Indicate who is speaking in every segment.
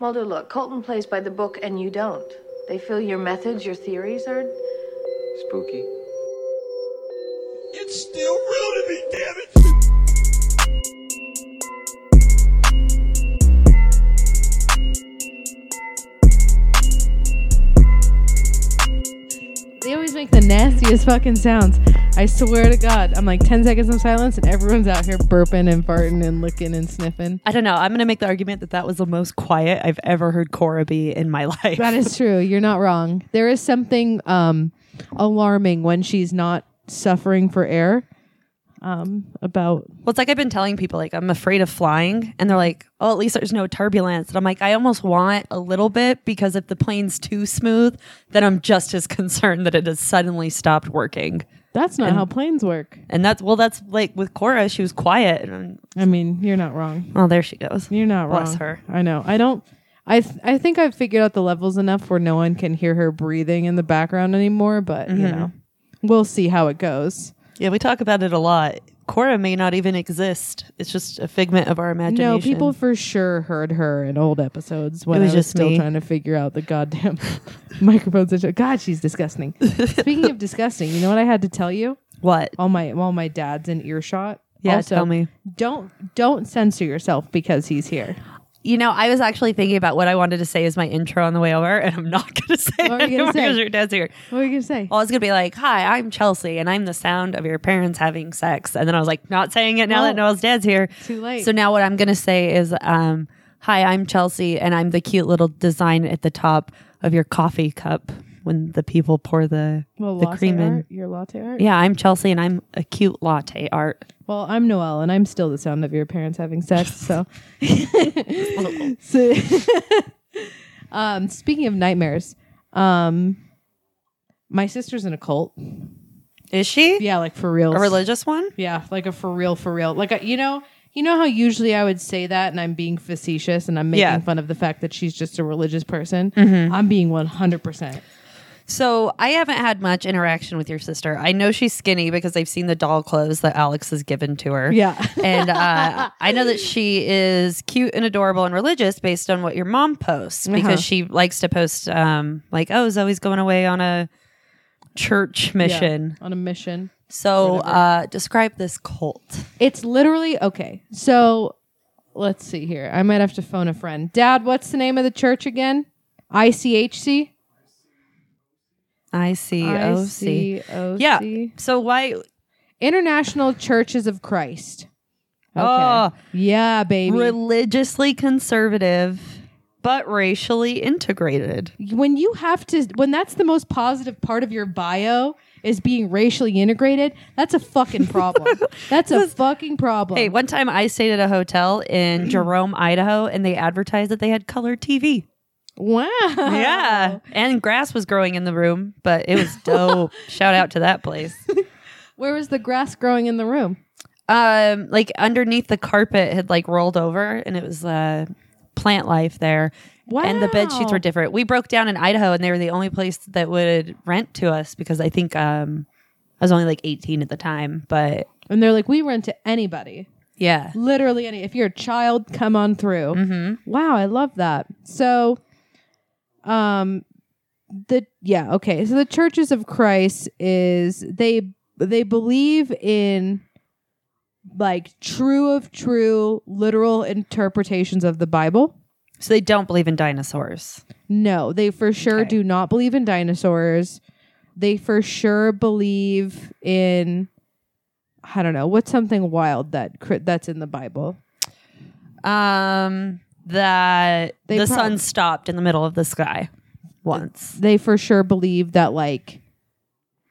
Speaker 1: Mulder, look, Colton plays by the book and you don't. They feel your methods, your theories are.
Speaker 2: Spooky.
Speaker 3: It's still real to me, damn it!
Speaker 4: They always make the nastiest fucking sounds. I swear to God, I'm like 10 seconds of silence and everyone's out here burping and farting and licking and sniffing.
Speaker 5: I don't know. I'm going to make the argument that that was the most quiet I've ever heard Cora be in my life.
Speaker 4: That is true. You're not wrong. There is something um, alarming when she's not suffering for air um, about.
Speaker 5: Well, it's like I've been telling people, like, I'm afraid of flying. And they're like, oh, at least there's no turbulence. And I'm like, I almost want a little bit because if the plane's too smooth, then I'm just as concerned that it has suddenly stopped working.
Speaker 4: That's not how planes work.
Speaker 5: And that's, well, that's like with Cora, she was quiet. And I'm-
Speaker 4: I mean, you're not wrong.
Speaker 5: oh, there she goes.
Speaker 4: You're not wrong.
Speaker 5: Bless her.
Speaker 4: I know. I don't. I th- I think I've figured out the levels enough where no one can hear her breathing in the background anymore. But you
Speaker 5: Mm-hmm.
Speaker 4: know, we'll see how it goes.
Speaker 5: Yeah, we talk about it a lot. Cora may not even exist. It's just a figment of our imagination.
Speaker 4: No, people for sure heard her in old episodes when
Speaker 5: It was
Speaker 4: I was
Speaker 5: just
Speaker 4: still
Speaker 5: me.
Speaker 4: trying to figure out the goddamn microphone situation. God, she's disgusting. Speaking of disgusting, you know what I had to tell you?
Speaker 5: What?
Speaker 4: All my while my dad's in earshot.
Speaker 5: Yeah,
Speaker 4: Also,
Speaker 5: tell me.
Speaker 4: Don't don't censor yourself because he's here.
Speaker 5: You know, I was actually thinking about what I wanted to say as my intro on the way over, and I'm not going to say
Speaker 4: What
Speaker 5: it
Speaker 4: were you gonna
Speaker 5: anymore
Speaker 4: say?
Speaker 5: because your dad's here.
Speaker 4: What were you gonna say?
Speaker 5: I was going to be like, Hi, I'm Chelsea, and I'm the sound of your parents having sex. And then I was like, Not saying it now that
Speaker 4: Well,
Speaker 5: Noel's dad's here.
Speaker 4: too late.
Speaker 5: So now what I'm going to say is, um, Hi, I'm Chelsea, and I'm the cute little design at the top of your coffee cup when the people pour the,
Speaker 4: Well,
Speaker 5: the
Speaker 4: latte
Speaker 5: cream in.
Speaker 4: art, your latte art.
Speaker 5: Yeah, I'm Chelsea, and I'm a cute latte art.
Speaker 4: Well, I'm Noelle, and I'm still the sound of your parents having sex. So, so um, speaking of nightmares, um, my sister's in a cult.
Speaker 5: Is she?
Speaker 4: Yeah, like for real.
Speaker 5: A religious one?
Speaker 4: Yeah, like a for real, for real. Like a, you know, you know how usually I would say that, and I'm being facetious, and I'm making
Speaker 5: Yeah. Mm-hmm.
Speaker 4: fun of the fact that she's just a religious person. I'm being 100. percent
Speaker 5: So I haven't had much interaction with your sister. I know she's skinny because I've seen the doll clothes that Alex has given to her.
Speaker 4: Yeah.
Speaker 5: and uh, I know that she is cute and adorable and religious based on what your mom posts because she likes to post um, like, "Oh, Zoe's going away on a church mission."
Speaker 4: on a mission.
Speaker 5: So uh, describe this cult.
Speaker 4: It's literally okay. So let's see here. I might have to phone a friend. Dad, what's the name of the church again? ICHC.
Speaker 5: I C O C.
Speaker 4: ICOC.
Speaker 5: Yeah. So why?
Speaker 4: International Churches of Christ. Okay.
Speaker 5: Oh.
Speaker 4: yeah, baby.
Speaker 5: Religiously conservative, but racially integrated.
Speaker 4: when you have to, when that's the most positive part of your bio is being racially integrated, that's a fucking problem. that's a fucking problem.
Speaker 5: Hey, one time I stayed at a hotel in Jerome, Idaho, and they advertised that they had color TV.
Speaker 4: Wow.
Speaker 5: Yeah. And grass was growing in the room, but it was dope. Shout out to that place.
Speaker 4: Where was the grass growing in the room?
Speaker 5: Um, like underneath the carpet had like rolled over and it was uh plant life there. And the bed sheets
Speaker 4: Wow.
Speaker 5: were different. We broke down in Idaho and they were the only place that would rent to us because I think um I was only like 18 at the time, but
Speaker 4: And they're like, we rent to anybody.
Speaker 5: yeah.
Speaker 4: literally any if you're a child come on through wow i love that so um the yeah okay so the churches of christ is they they believe in like true of true literal interpretations of the bible
Speaker 5: So they don't believe in dinosaurs.
Speaker 4: no they for sure
Speaker 5: Okay.
Speaker 4: do not believe in dinosaurs they for sure believe in i don't know what's something wild that cr- that's in the bible
Speaker 5: Um, that
Speaker 4: They
Speaker 5: the
Speaker 4: prob-
Speaker 5: sun stopped in the middle of the sky once.
Speaker 4: they for sure believe that like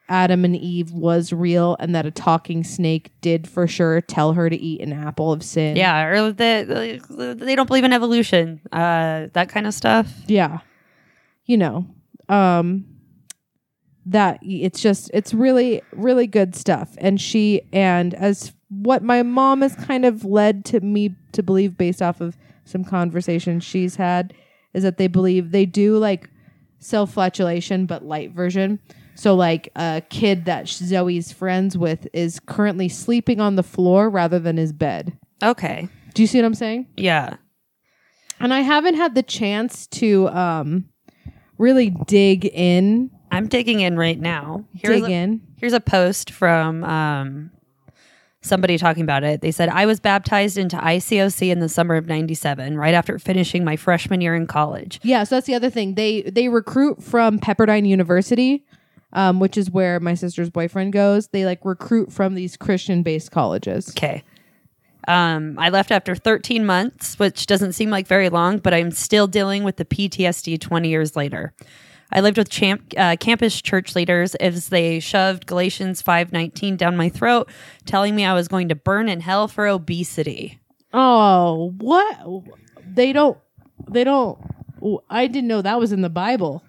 Speaker 4: Adam and Eve was real and that a talking snake did for sure tell her to eat an apple of sin.
Speaker 5: Yeah, or the, the- they don't believe in evolution, uh, that kind of stuff.
Speaker 4: Yeah. You know, um that it's just it's really really good stuff and she and as what my mom has kind of led to me to believe based off of some conversations she's had is that they believe they do like self-flatulation but light version so like a kid that zoe's friends with is currently sleeping on the floor rather than his bed
Speaker 5: Okay,
Speaker 4: do you see what i'm saying
Speaker 5: yeah.
Speaker 4: and I haven't had the chance to um really dig in,
Speaker 5: I'm digging in right now. Here's
Speaker 4: dig
Speaker 5: a,
Speaker 4: in.
Speaker 5: Here's a post from um, somebody talking about it. They said, I was baptized into ICOC in the summer of 97, right after finishing my freshman year in college.
Speaker 4: Yeah, so that's the other thing. They they recruit from Pepperdine University, um, which is where my sister's boyfriend goes. They like recruit from these Christian based colleges.
Speaker 5: Okay. Um, I left after 13 months, which doesn't seem like very long, but I'm still dealing with the PTSD 20 years later. I lived with champ, uh, campus church leaders as they shoved Galatians 5:19 down my throat, telling me I was going to burn in hell for obesity.
Speaker 4: Oh, what? They don't. They don't. w- I didn't know that was in the Bible.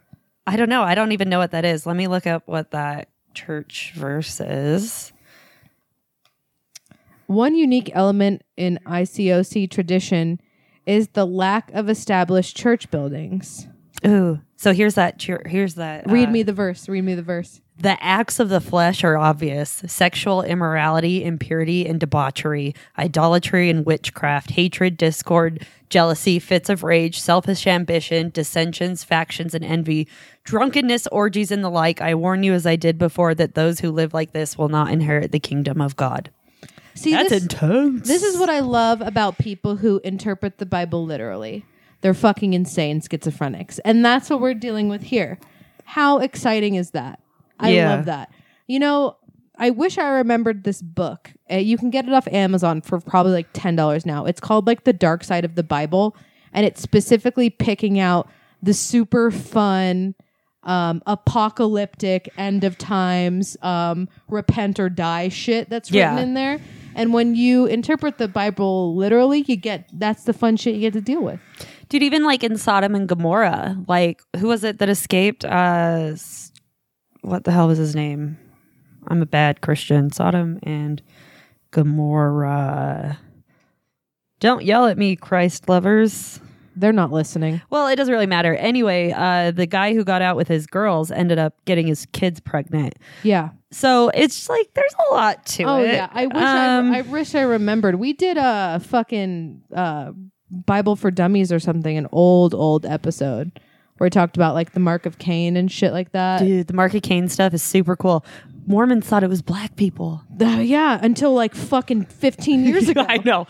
Speaker 5: I don't know. I don't even know what that is. Let me look up what that church verse is.
Speaker 4: One unique element in ICOC tradition is the lack of established church buildings.
Speaker 5: Ooh. So here's that. chur- Here's that. uh,
Speaker 4: Read me the verse. Read me the verse.
Speaker 5: The acts of the flesh are obvious sexual immorality, impurity, and debauchery, idolatry and witchcraft, hatred, discord, jealousy, fits of rage, selfish ambition, dissensions, factions, and envy, drunkenness, orgies, and the like. I warn you, as I did before, that those who live like this will not inherit the kingdom of God.
Speaker 4: See,
Speaker 5: That's
Speaker 4: this,
Speaker 5: intense.
Speaker 4: this is what I love about people who interpret the Bible literally. They're fucking insane schizophrenics. And that's what we're dealing with here. How exciting is that? I
Speaker 5: Yeah.
Speaker 4: love that. You know, I wish I remembered this book. Uh, you can get it off Amazon for probably like $10 now. It's called like The Dark Side of the Bible, and it's specifically picking out the super fun um apocalyptic end of times um repent or die shit that's written
Speaker 5: Yeah.
Speaker 4: in there. And when you interpret the Bible literally, you get that's the fun shit you get to deal with.
Speaker 5: Dude, even like in Sodom and Gomorrah, like who was it that escaped? Uh, s- what the hell was his name? I'm a bad Christian. Sodom and Gomorrah. Don't yell at me, Christ lovers.
Speaker 4: They're not listening.
Speaker 5: Well, it doesn't really matter. Anyway, uh, the guy who got out with his girls ended up getting his kids pregnant.
Speaker 4: Yeah.
Speaker 5: So it's just like there's a lot to
Speaker 4: Oh
Speaker 5: it.
Speaker 4: yeah. I wish
Speaker 5: Um,
Speaker 4: I, I wish I remembered. We did a fucking uh, Bible for Dummies or something, an old old episode where we talked about like the mark of Cain and shit like that.
Speaker 5: dude, the Mark of Cain stuff is super cool. Mormons thought it was black people.
Speaker 4: Uh, yeah, until like fucking fifteen years ago.
Speaker 5: I know.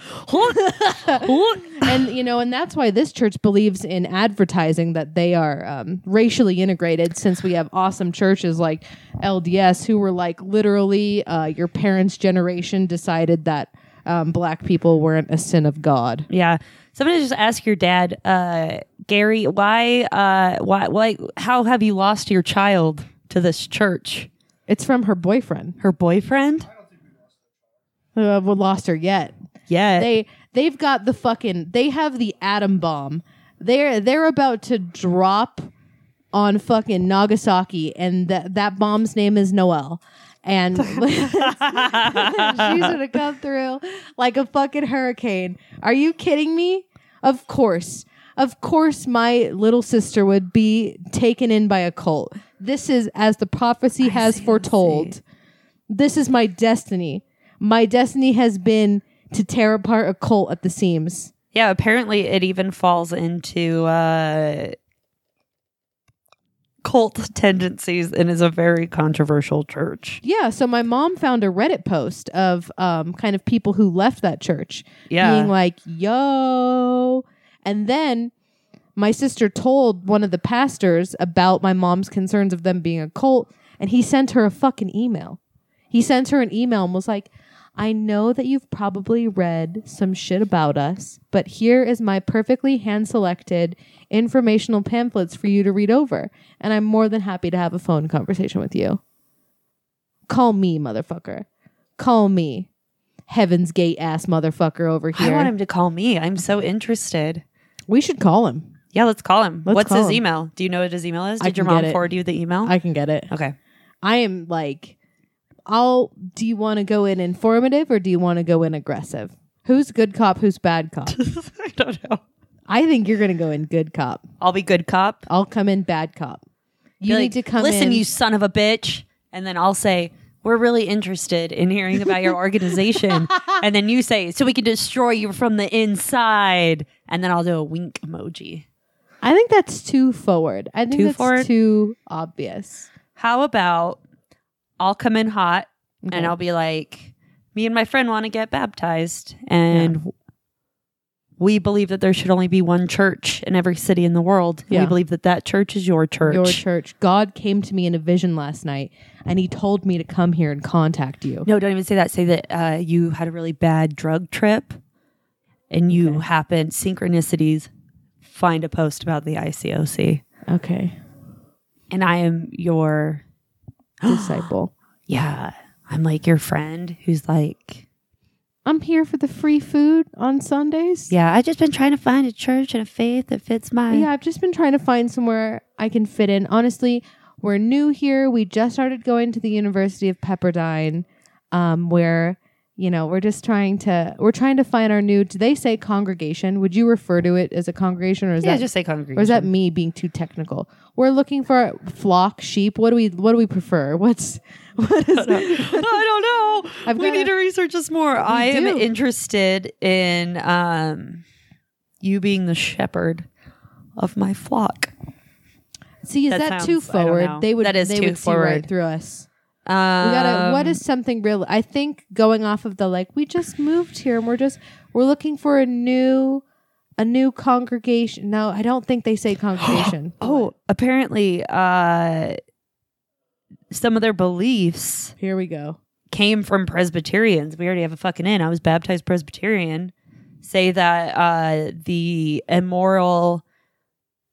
Speaker 4: and you know, and that's why this church believes in advertising that they are um, racially integrated. Since we have awesome churches like LDS, who were like literally uh, your parents' generation decided that um, black people weren't a sin of God.
Speaker 5: Yeah. Somebody just ask your dad, uh, Gary, why, uh, why, why, how have you lost your child to this church?
Speaker 4: It's from her boyfriend.
Speaker 5: Her boyfriend?
Speaker 4: Uh, we lost her yet.
Speaker 5: Yeah.
Speaker 4: They they've got the fucking they have the atom bomb. They're they're about to drop on fucking Nagasaki, and that that bomb's name is Noel. And she's gonna come through like a fucking hurricane. Are you kidding me? Of course. Of course, my little sister would be taken in by a cult. This is as the prophecy has foretold. This is my destiny. My destiny has been to tear apart a cult at the seams.
Speaker 5: yeah. Apparently, it even falls into, uh, cult tendencies and is a very controversial church.
Speaker 4: Yeah, so my mom found a Reddit post of um, kind of people who left that church
Speaker 5: Yeah.
Speaker 4: being like, yo. And then my sister told one of the pastors about my mom's concerns of them being a cult, and he sent her a fucking email. He sent her an email and was like, I know that you've probably read some shit about us, but here is my perfectly hand selected informational pamphlets for you to read over. And I'm more than happy to have a phone conversation with you. Call me, motherfucker. Call me. Heaven's Gate ass motherfucker over
Speaker 5: I
Speaker 4: here.
Speaker 5: want him to call me. I'm so interested.
Speaker 4: we should call him.
Speaker 5: Yeah, let's call him.
Speaker 4: Let's
Speaker 5: What's
Speaker 4: call
Speaker 5: his
Speaker 4: him.
Speaker 5: email? Do you know what his email is?
Speaker 4: I
Speaker 5: Did your
Speaker 4: can get
Speaker 5: mom
Speaker 4: it.
Speaker 5: forward you the email?
Speaker 4: I can get it.
Speaker 5: okay.
Speaker 4: I am like, I'll. Do you want to go in informative or do you want to go in aggressive? Who's good cop? Who's bad cop?
Speaker 5: I don't know.
Speaker 4: I think you're gonna go in good cop.
Speaker 5: I'll be good cop.
Speaker 4: I'll come in bad cop. You
Speaker 5: Be
Speaker 4: need
Speaker 5: like,
Speaker 4: to come
Speaker 5: Listen,
Speaker 4: in.
Speaker 5: you son of a bitch. And then I'll say, we're really interested in hearing about your organization. and then you say, so we can destroy you from the inside. And then I'll do a wink emoji.
Speaker 4: I think that's too forward. I think
Speaker 5: Too
Speaker 4: that's
Speaker 5: forward?
Speaker 4: too obvious.
Speaker 5: How about I'll come in hot
Speaker 4: Okay.
Speaker 5: and I'll be like, me and my friend want to get baptized. And we believe that there should only be one church in every city in the world. And
Speaker 4: Yeah.
Speaker 5: We believe that that church is your church.
Speaker 4: Your church. God came to me in a vision last night and he told me to come here and contact you.
Speaker 5: No, don't even say that. Say that uh, you had a really bad drug trip and you happened, synchronicities, find a post about the ICOC.
Speaker 4: Okay.
Speaker 5: And I am your,
Speaker 4: Disciple.
Speaker 5: yeah, I'm like your friend who's like,
Speaker 4: I'm here for the free food on Sundays.
Speaker 5: yeah, I've just been trying to find a church and a faith that fits mine.
Speaker 4: Yeah, I've just been trying to find somewhere I can fit in. Honestly, we're new here. We just started going to the University of Pepperdine, um, where you know we're just trying to we're trying to find our new. Do they say congregation? Would you refer to it as a congregation, or is
Speaker 5: Yeah,
Speaker 4: that
Speaker 5: just say congregation.
Speaker 4: or is that me being too technical? We're looking for flock, sheep. What do we what do we prefer? What's what is that?
Speaker 5: I don't know.
Speaker 4: I've
Speaker 5: we
Speaker 4: gotta-
Speaker 5: need to research this more. I am
Speaker 4: do.
Speaker 5: interested in um, you being the shepherd of my flock.
Speaker 4: See, is
Speaker 5: That
Speaker 4: that, too
Speaker 5: sounds- I don't
Speaker 4: forward?
Speaker 5: know.
Speaker 4: They would
Speaker 5: That is
Speaker 4: they
Speaker 5: too
Speaker 4: would see right
Speaker 5: forward.
Speaker 4: through us.
Speaker 5: Um,
Speaker 4: We gotta, what is something real? I think going off of the like, we just moved here and we're just we're looking for a new a new congregation. No, I don't think they say congregation.
Speaker 5: Oh, apparently, uh, some of their beliefs
Speaker 4: here we go.
Speaker 5: came from Presbyterians. We already have a fucking in. I was baptized Presbyterian. Say that uh, the immoral,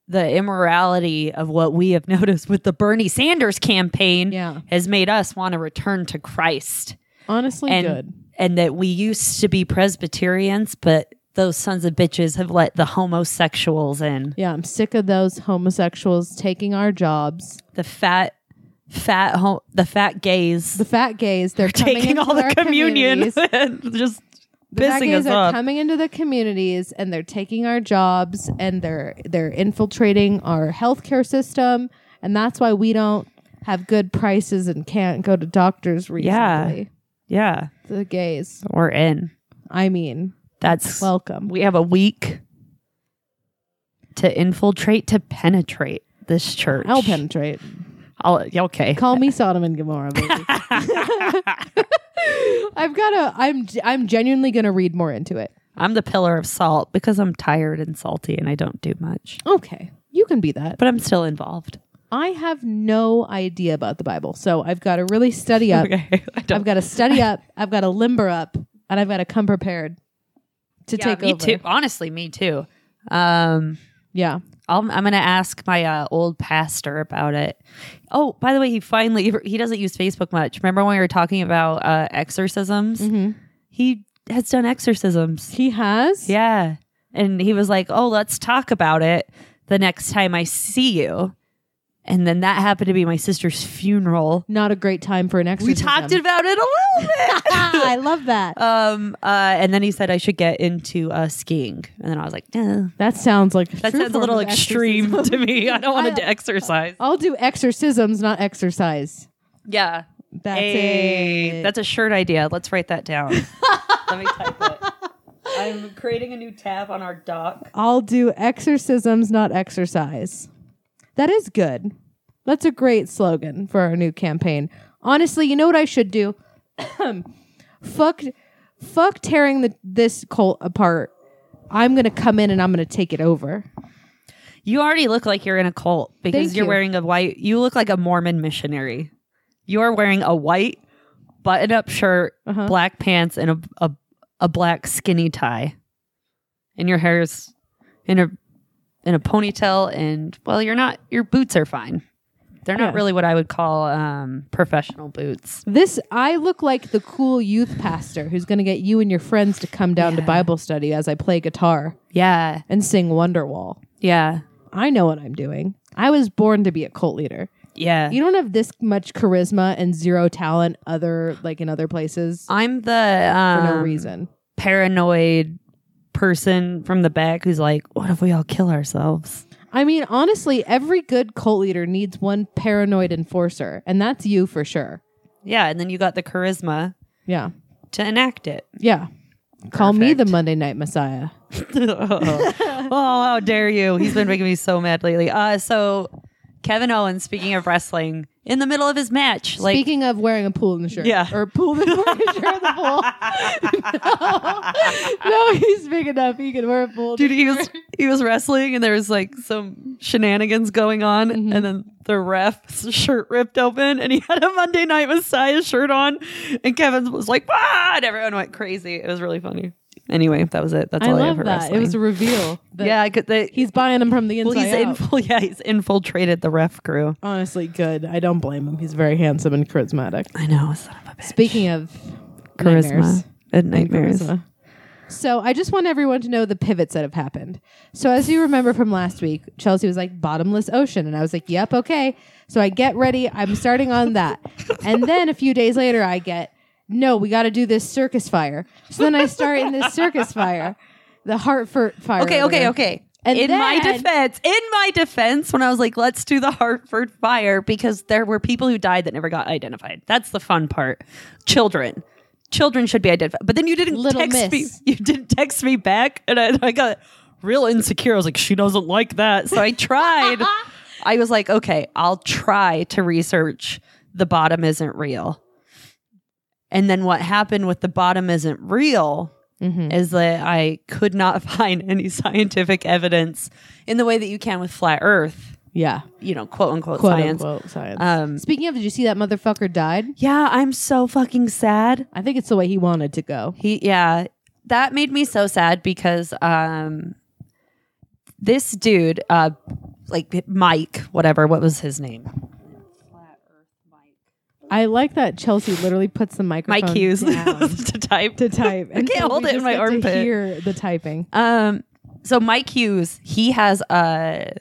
Speaker 5: the immorality of what we have noticed with the Bernie Sanders campaign
Speaker 4: Yeah,
Speaker 5: has made us want to return to Christ,
Speaker 4: honestly,
Speaker 5: And-
Speaker 4: good.
Speaker 5: and that we used to be Presbyterians, but those sons of bitches have let the homosexuals in.
Speaker 4: Yeah, I'm sick of those homosexuals taking our jobs.
Speaker 5: the fat fat home the fat gays
Speaker 4: The fat gays, they're coming
Speaker 5: taking
Speaker 4: into
Speaker 5: all
Speaker 4: our
Speaker 5: the communion
Speaker 4: communities.
Speaker 5: and just
Speaker 4: The fat
Speaker 5: pissing us
Speaker 4: gays are
Speaker 5: off
Speaker 4: coming into the communities and they're taking our jobs and they're they're infiltrating our healthcare system and that's why we don't have good prices and can't go to doctors
Speaker 5: Yeah.
Speaker 4: reasonably.
Speaker 5: yeah
Speaker 4: The gays.
Speaker 5: we're in
Speaker 4: I mean,
Speaker 5: that's
Speaker 4: welcome.
Speaker 5: we have a week to infiltrate to penetrate this church
Speaker 4: I'll penetrate.
Speaker 5: I'll- yeah, okay
Speaker 4: Call me Sodom and Gomorrah. Baby. I've got to I'm I'm genuinely going to read more into it.
Speaker 5: i'm the pillar of salt because i'm tired and salty and i don't do much
Speaker 4: Okay. You can be that.
Speaker 5: but i'm still involved
Speaker 4: I have no idea about the Bible. So I've got to really study up.
Speaker 5: okay I don't,
Speaker 4: I've got to study up. I've got to limber up, and I've got to come prepared to
Speaker 5: yeah,
Speaker 4: take
Speaker 5: me
Speaker 4: over.
Speaker 5: too honestly me too um
Speaker 4: Yeah,
Speaker 5: I'll, I'm going to ask my uh, old pastor about it. Oh, by the way, he finally he doesn't use Facebook much. Remember when we were talking about uh, exorcisms?
Speaker 4: Mm-hmm.
Speaker 5: He has done exorcisms.
Speaker 4: he has.
Speaker 5: Yeah, and he was like, "Oh, let's talk about it the next time I see you." And then that happened to be my sister's funeral.
Speaker 4: not a great time for an
Speaker 5: We
Speaker 4: exorcism.
Speaker 5: talked about it a little bit.
Speaker 4: I love that.
Speaker 5: um, uh, and then he said I should get into uh, skiing, and then I was like, "Eh,
Speaker 4: that sounds like a
Speaker 5: "That
Speaker 4: true
Speaker 5: sounds a
Speaker 4: form
Speaker 5: little
Speaker 4: of
Speaker 5: extreme
Speaker 4: exorcism.
Speaker 5: to me. I don't
Speaker 4: I-
Speaker 5: want to exercise."
Speaker 4: I'll do exorcisms, not exercise.
Speaker 5: Yeah.
Speaker 4: That's
Speaker 5: Hey,
Speaker 4: it.
Speaker 5: That's a shirt idea. Let's write that down. Let me type it. I'm creating a new tab on our doc.
Speaker 4: I'll do exorcisms, not exercise. That is good. That's a great slogan for our new campaign. Honestly, you know what I should do? fuck, fuck tearing the, this cult apart. I'm gonna come in and I'm gonna take it over.
Speaker 5: You already look like you're in a cult because
Speaker 4: Thank
Speaker 5: you're
Speaker 4: you.
Speaker 5: wearing a white. You look like a Mormon missionary. You're wearing a white button-up shirt,
Speaker 4: Uh-huh.
Speaker 5: black pants, and a, a a black skinny tie, and your hair's in a in a ponytail. And well, you're not. Your boots are fine. They're not
Speaker 4: Yeah.
Speaker 5: really what I would call um, professional boots.
Speaker 4: This I look like the cool youth pastor who's gonna get you and your friends to come down to
Speaker 5: Yeah.
Speaker 4: Bible study as I play guitar
Speaker 5: Yeah,
Speaker 4: and sing Wonderwall.
Speaker 5: yeah,
Speaker 4: I know what I'm doing. I was born to be a cult leader.
Speaker 5: yeah.
Speaker 4: You don't have this much charisma and zero talent other like in other places
Speaker 5: I'm the
Speaker 4: for
Speaker 5: um,
Speaker 4: no reason.
Speaker 5: paranoid person from the back who's like, "What if we all kill ourselves?"
Speaker 4: I mean, honestly, every good cult leader needs one paranoid enforcer, and that's you for sure.
Speaker 5: Yeah, and then you got the charisma
Speaker 4: Yeah.
Speaker 5: to enact it.
Speaker 4: Yeah. Call me the
Speaker 5: Perfect.
Speaker 4: Monday Night Messiah.
Speaker 5: oh, how dare you? He's been making me so mad lately. Uh, so Kevin Owens, speaking of wrestling, in the middle of his match, like
Speaker 4: Speaking of wearing a pool in the shirt.
Speaker 5: Yeah.
Speaker 4: Or pool in the shirt in the pool. no. no, he's big enough. He can wear a pool.
Speaker 5: dude, he was he was wrestling, and there was like some shenanigans going on,
Speaker 4: Mm-hmm.
Speaker 5: and then the ref's shirt ripped open, and he had a Monday Night Messiah shirt on, and Kevin was like, "Ah!" and everyone went crazy. It was really funny. Anyway, that was it. That's
Speaker 4: I
Speaker 5: all I have
Speaker 4: love
Speaker 5: for
Speaker 4: that.
Speaker 5: wrestling.
Speaker 4: It was a reveal. that
Speaker 5: yeah, I could, they,
Speaker 4: He's buying them from the
Speaker 5: well,
Speaker 4: inside
Speaker 5: he's
Speaker 4: out.
Speaker 5: infil- yeah, he's infiltrated the ref crew.
Speaker 4: Honestly, good. I don't blame him. He's very handsome and charismatic.
Speaker 5: I know, son of a bitch.
Speaker 4: Speaking of nightmares.
Speaker 5: charisma and nightmares.
Speaker 4: So I just want everyone to know the pivots that have happened. So as you remember from last week, Chelsea was like bottomless ocean, and I was like, "Yep, okay." So I get ready. I'm starting on that, and then a few days later, I get, "No, we got to do this circus fire." So then I start in this circus fire, the Hartford fire.
Speaker 5: Okay,
Speaker 4: or
Speaker 5: okay,
Speaker 4: whatever.
Speaker 5: okay.
Speaker 4: And
Speaker 5: in my
Speaker 4: then-
Speaker 5: defense, in my defense, when I was like, let's do the Hartford fire, because there were people who died that never got identified. That's the fun part. Children. Children should be identified. But then you didn't
Speaker 4: Little miss.
Speaker 5: text me. You didn't text me back. And I, I got real insecure. I was like, she doesn't like that. So I tried. I was like, okay, I'll try to research the bottom isn't real. And then what happened with the bottom isn't real
Speaker 4: Mm-hmm.
Speaker 5: is that I could not find any scientific evidence in the way that you can with flat Earth,
Speaker 4: Yeah,
Speaker 5: you know, quote unquote
Speaker 4: quote
Speaker 5: science.
Speaker 4: unquote science.
Speaker 5: Um,
Speaker 4: Speaking of, did you see that motherfucker died?
Speaker 5: Yeah, I'm so fucking sad.
Speaker 4: I think it's the way he wanted to go.
Speaker 5: He, yeah, that made me so sad because um, this dude, uh, like Mike, whatever, what was his name?
Speaker 4: I like that Chelsea literally puts the microphone
Speaker 5: Mike Hughes
Speaker 4: down
Speaker 5: to type.
Speaker 4: to type.
Speaker 5: I can't hold
Speaker 4: we
Speaker 5: it in
Speaker 4: just
Speaker 5: my
Speaker 4: get to
Speaker 5: armpit.
Speaker 4: hear the typing.
Speaker 5: Um, so Mike Hughes, he has a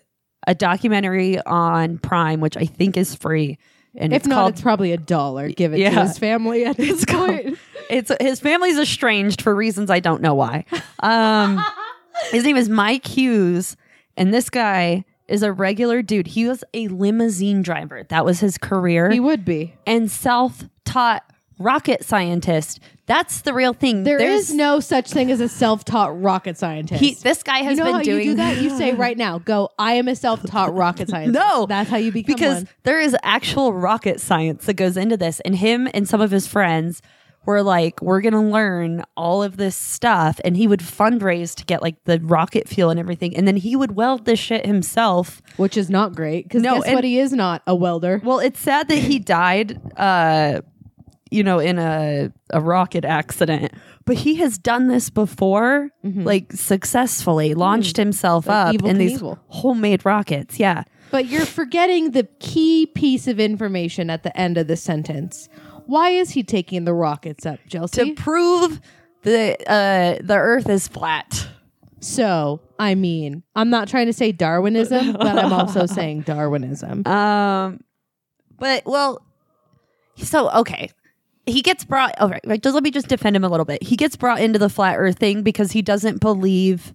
Speaker 5: a documentary on Prime, which I think is free, and
Speaker 4: If
Speaker 5: it's
Speaker 4: not,
Speaker 5: called
Speaker 4: it's probably a dollar given to
Speaker 5: Yeah.
Speaker 4: his family at this point.
Speaker 5: it's his family's estranged for reasons I don't know why. Um, his name is Mike Hughes, and this guy is a regular dude. He was a limousine driver. That was his career,
Speaker 4: He would be.
Speaker 5: and self-taught rocket scientist. That's the real thing.
Speaker 4: There
Speaker 5: There's
Speaker 4: is no such thing as a self-taught rocket scientist.
Speaker 5: He, this guy has
Speaker 4: you know
Speaker 5: been
Speaker 4: how
Speaker 5: doing
Speaker 4: you do that? You say right now, go, I am a self-taught rocket scientist.
Speaker 5: No,
Speaker 4: That's how you become
Speaker 5: because
Speaker 4: one.
Speaker 5: there is actual rocket science that goes into this, and him and some of his friends were like, "We're gonna learn all of this stuff," and he would fundraise to get like the rocket fuel and everything, and then he would weld this shit himself.
Speaker 4: Which is not great. Because
Speaker 5: No,
Speaker 4: guess
Speaker 5: and-
Speaker 4: what? He is not a welder.
Speaker 5: Well, it's sad that he died, uh, you know, in a a rocket accident, but he has done this before, like successfully launched himself up
Speaker 4: Evel
Speaker 5: in these
Speaker 4: Knievel.
Speaker 5: homemade rockets. Yeah.
Speaker 4: But you're forgetting the key piece of information at the end of the sentence. Why is he taking the rockets up, Chelsea?
Speaker 5: to prove the uh, the Earth is flat.
Speaker 4: so, I mean, I'm not trying to say Darwinism, but I'm also saying Darwinism.
Speaker 5: Um, but well, so okay, he gets brought. All right, like, just let me just defend him a little bit. He gets brought into the flat Earth thing because he doesn't believe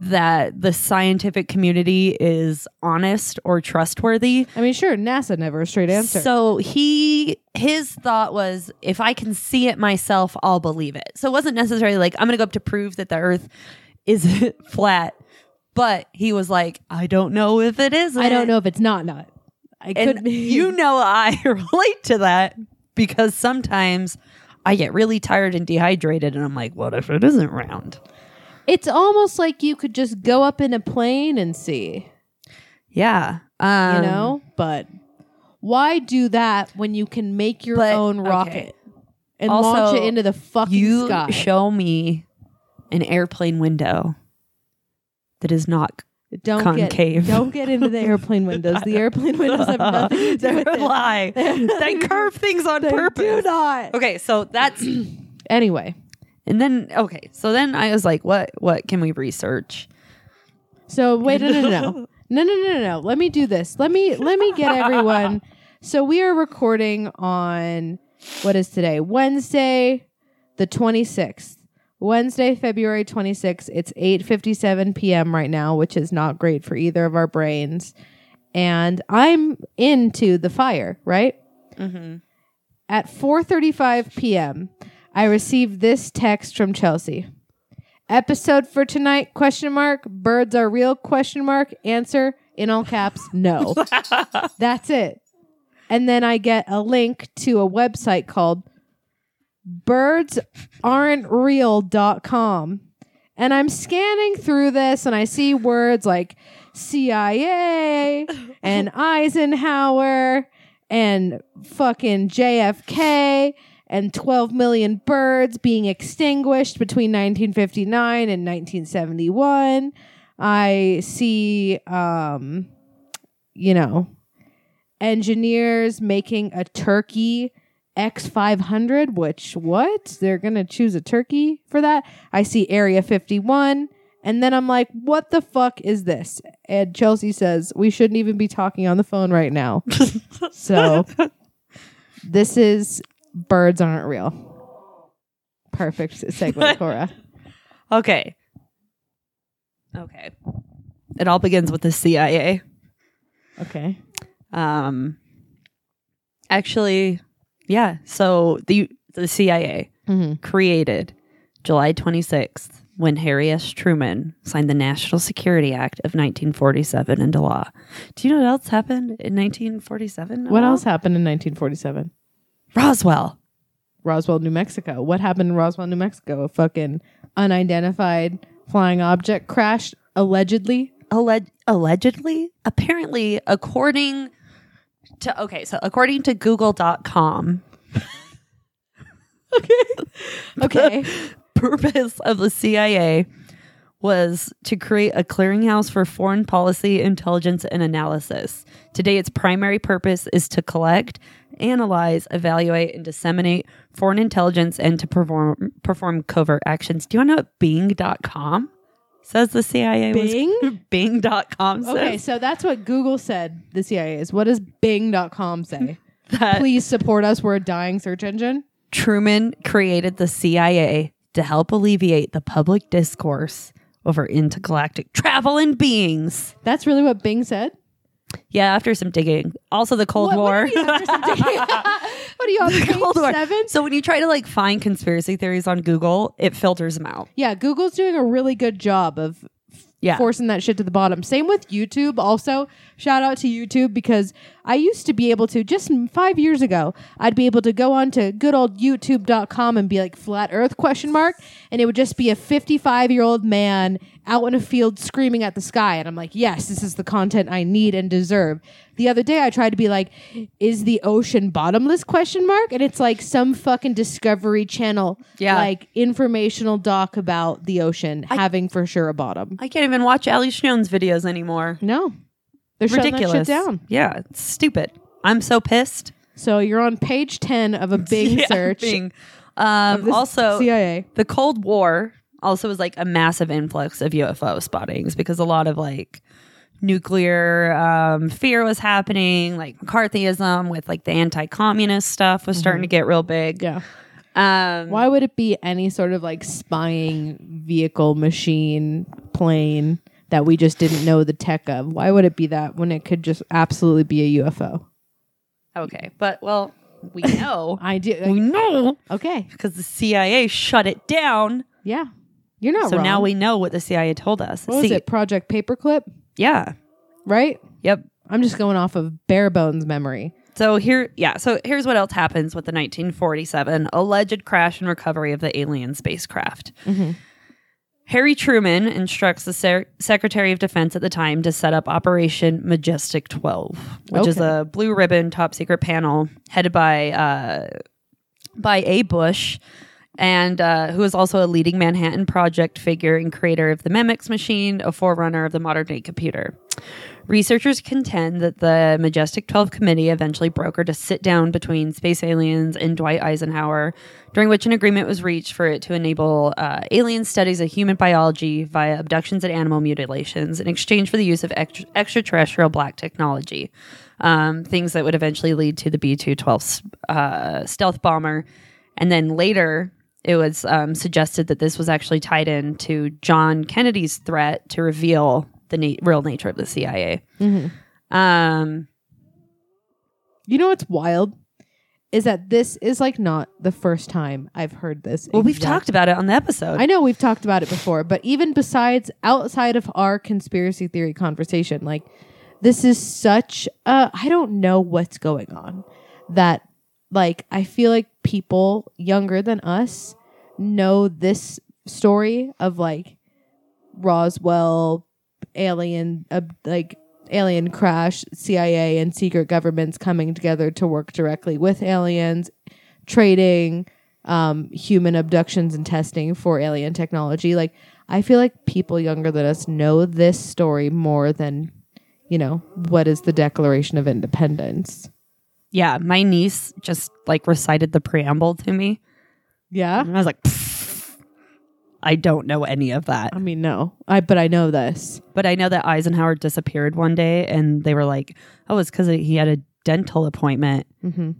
Speaker 5: that the scientific community is honest or trustworthy.
Speaker 4: I mean, sure, NASA never a straight answer.
Speaker 5: So he his thought was if I can see it myself, I'll believe it. So it wasn't necessarily like I'm gonna go up to prove that the earth is flat. But he was like, I don't know if it is.
Speaker 4: I don't know if it's not not. I could
Speaker 5: And
Speaker 4: be.
Speaker 5: you know I relate to that because sometimes I get really tired and dehydrated and I'm like, what if it isn't round?
Speaker 4: it's almost like you could just go up in a plane and see,
Speaker 5: Yeah.
Speaker 4: you
Speaker 5: Um,
Speaker 4: know. But why do that when you can make your
Speaker 5: But-
Speaker 4: own
Speaker 5: okay.
Speaker 4: rocket and
Speaker 5: Also,
Speaker 4: launch it into the fucking
Speaker 5: you
Speaker 4: sky?
Speaker 5: show me an airplane window that is not
Speaker 4: don't get
Speaker 5: concave.
Speaker 4: don't get into the airplane windows. The airplane windows have nothing to do with
Speaker 5: They're a
Speaker 4: it.
Speaker 5: lie. they curve things on
Speaker 4: They do
Speaker 5: purpose.
Speaker 4: not.
Speaker 5: Okay, so that's
Speaker 4: Anyway,
Speaker 5: and then okay, so then I was like, what what can we research?
Speaker 4: So wait, no, no, no, no, no, no, no, no. Let me do this. Let me let me get everyone. So we are recording on what is today? Wednesday, the twenty sixth. Wednesday, February twenty sixth. It's eight fifty seven p.m. right now, which is not great for either of our Mm-hmm. brains. And I'm into the fire, right? At 4:35 p.m., I received this text from Chelsea. Episode for tonight? Question mark. Birds are real? Question mark. Answer in all caps. No. That's it. And then I get a link to a website called birdsaren'treal.com. And I'm scanning through this and I see words like CIA and Eisenhower and fucking JFK and 12 million birds being extinguished between 1959 and 1971. I see, um, you know, engineers making a turkey X500, which what? They're going to choose a turkey for that. I see Area 51. And then I'm like, what the fuck is this? And Chelsea says, we shouldn't even be talking on the phone right now. so this is birds aren't real. Perfect segue, Cora.
Speaker 5: Okay. Okay. It all begins with the CIA.
Speaker 4: Okay.
Speaker 5: Um, actually, yeah. So the the CIA
Speaker 4: Mm-hmm.
Speaker 5: created July 26th when Harry S. Truman signed the National Security Act of 1947 into law. Do you know what else happened in 1947?
Speaker 4: What else happened in 1947?
Speaker 5: Roswell.
Speaker 4: Roswell, New Mexico. What happened in Roswell, New Mexico? A fucking unidentified flying object crashed allegedly.
Speaker 5: Alleg- allegedly, apparently, according to okay, so according to Google.com,
Speaker 4: Okay.
Speaker 5: purpose of the CIA was to create a clearinghouse for foreign policy, intelligence, and analysis. Today, its primary purpose is to collect, analyze, evaluate, and disseminate foreign intelligence and to perform perform covert actions. Do you want to know what Bing.com says the CIA was?
Speaker 4: Bing?
Speaker 5: Bing.com says
Speaker 4: okay, so that's what Google said the CIA is. What does Bing.com say?
Speaker 5: that
Speaker 4: Please support us. We're a dying search engine.
Speaker 5: Truman created the CIA to help alleviate the public discourse over intergalactic travel and beings.
Speaker 4: That's really what Bing said.
Speaker 5: Yeah, after some digging. Also the Cold
Speaker 4: What- what
Speaker 5: War.
Speaker 4: are you after some digging? what are you on page
Speaker 5: Cold War.
Speaker 4: seven?
Speaker 5: So when you try to like find conspiracy theories on Google, it filters them out.
Speaker 4: Yeah, Google's doing a really good job of
Speaker 5: Yeah.
Speaker 4: forcing that shit to the bottom. Same with YouTube. Also, shout out to YouTube because I used to be able to just m- five years ago, I'd be able to go on to good old YouTube.com and be like flat Earth question mark, and it would just be a fifty-five year old man out in a field screaming at the sky, and I'm like, yes, this is the content I need and deserve. The other day, I tried to be like, is the ocean bottomless question mark, and it's like some fucking Discovery Channel
Speaker 5: Yeah.
Speaker 4: like informational doc about the ocean having for sure a bottom.
Speaker 5: I can't even watch Ali Schnoon's videos anymore.
Speaker 4: No. They're
Speaker 5: Ridiculous.
Speaker 4: shutting that shit down.
Speaker 5: Yeah, it's stupid. I'm so pissed.
Speaker 4: So you're on page 10 of a Bing
Speaker 5: Yeah,
Speaker 4: search.
Speaker 5: Bing. Um,
Speaker 4: This
Speaker 5: also,
Speaker 4: CIA.
Speaker 5: the Cold War also was like a massive influx of UFO spottings because a lot of like nuclear um, fear was happening, like McCarthyism with like the anti-communist stuff was starting to get real big.
Speaker 4: Mm-hmm. Yeah.
Speaker 5: Um,
Speaker 4: Why would it be any sort of like spying vehicle, machine, plane that we just didn't know the tech of? Why would it be that when it could just absolutely be a UFO?
Speaker 5: Okay, but well, we know,
Speaker 4: I
Speaker 5: we
Speaker 4: do.
Speaker 5: know
Speaker 4: Okay.
Speaker 5: because the CIA shut it down.
Speaker 4: Yeah. You're not
Speaker 5: so
Speaker 4: wrong.
Speaker 5: now we know what the CIA told us.
Speaker 4: What was
Speaker 5: See-
Speaker 4: it? Project Paperclip,
Speaker 5: Yeah.
Speaker 4: right?
Speaker 5: Yep.
Speaker 4: I'm just going off of bare bones memory.
Speaker 5: So here, yeah. So here's what else happens with the 1947 alleged crash and recovery of the alien spacecraft. Harry Truman instructs the Sec- Secretary of Defense at the time to set up Operation Majestic 12, which is
Speaker 4: Okay.
Speaker 5: a blue ribbon top secret panel headed by uh, by A. Bush, and uh, who is also a leading Manhattan Project figure and creator of the Memex machine, a forerunner of the modern day computer. Researchers contend that the Majestic 12 committee eventually brokered a sit down between space aliens and Dwight Eisenhower, during which an agreement was reached for it to enable uh, alien studies of human biology via abductions and animal mutilations in exchange for the use of extra- extraterrestrial black technology. Um, things that would eventually lead to the B 212 uh, stealth bomber. And then later, it was um, suggested that this was actually tied in to John Kennedy's threat to reveal the na- real nature of the
Speaker 4: Mm-hmm.
Speaker 5: CIA. Um,
Speaker 4: You know what's wild is that this is like not the first time I've heard this.
Speaker 5: Well, we've
Speaker 4: exact-
Speaker 5: talked about it on the episode.
Speaker 4: I know we've talked about it before, but even besides outside of our conspiracy theory conversation, like this is such a I don't know what's going on that like I feel like people younger than us know this story of like Roswell alien uh, like alien crash, CIA and secret governments coming together to work directly with aliens, trading um, human abductions and testing for alien technology. Like, I feel like people younger than us know this story more than, you know, what is the Declaration of Independence.
Speaker 5: yeah, my niece just like recited the preamble to me,
Speaker 4: Yeah.
Speaker 5: and I was like, "Pfft, I don't know any of that.
Speaker 4: I mean, no, I but I know this.
Speaker 5: But I know that Eisenhower disappeared one day, and they were like, "Oh, it's because he had a dental appointment."
Speaker 4: Mm-hmm.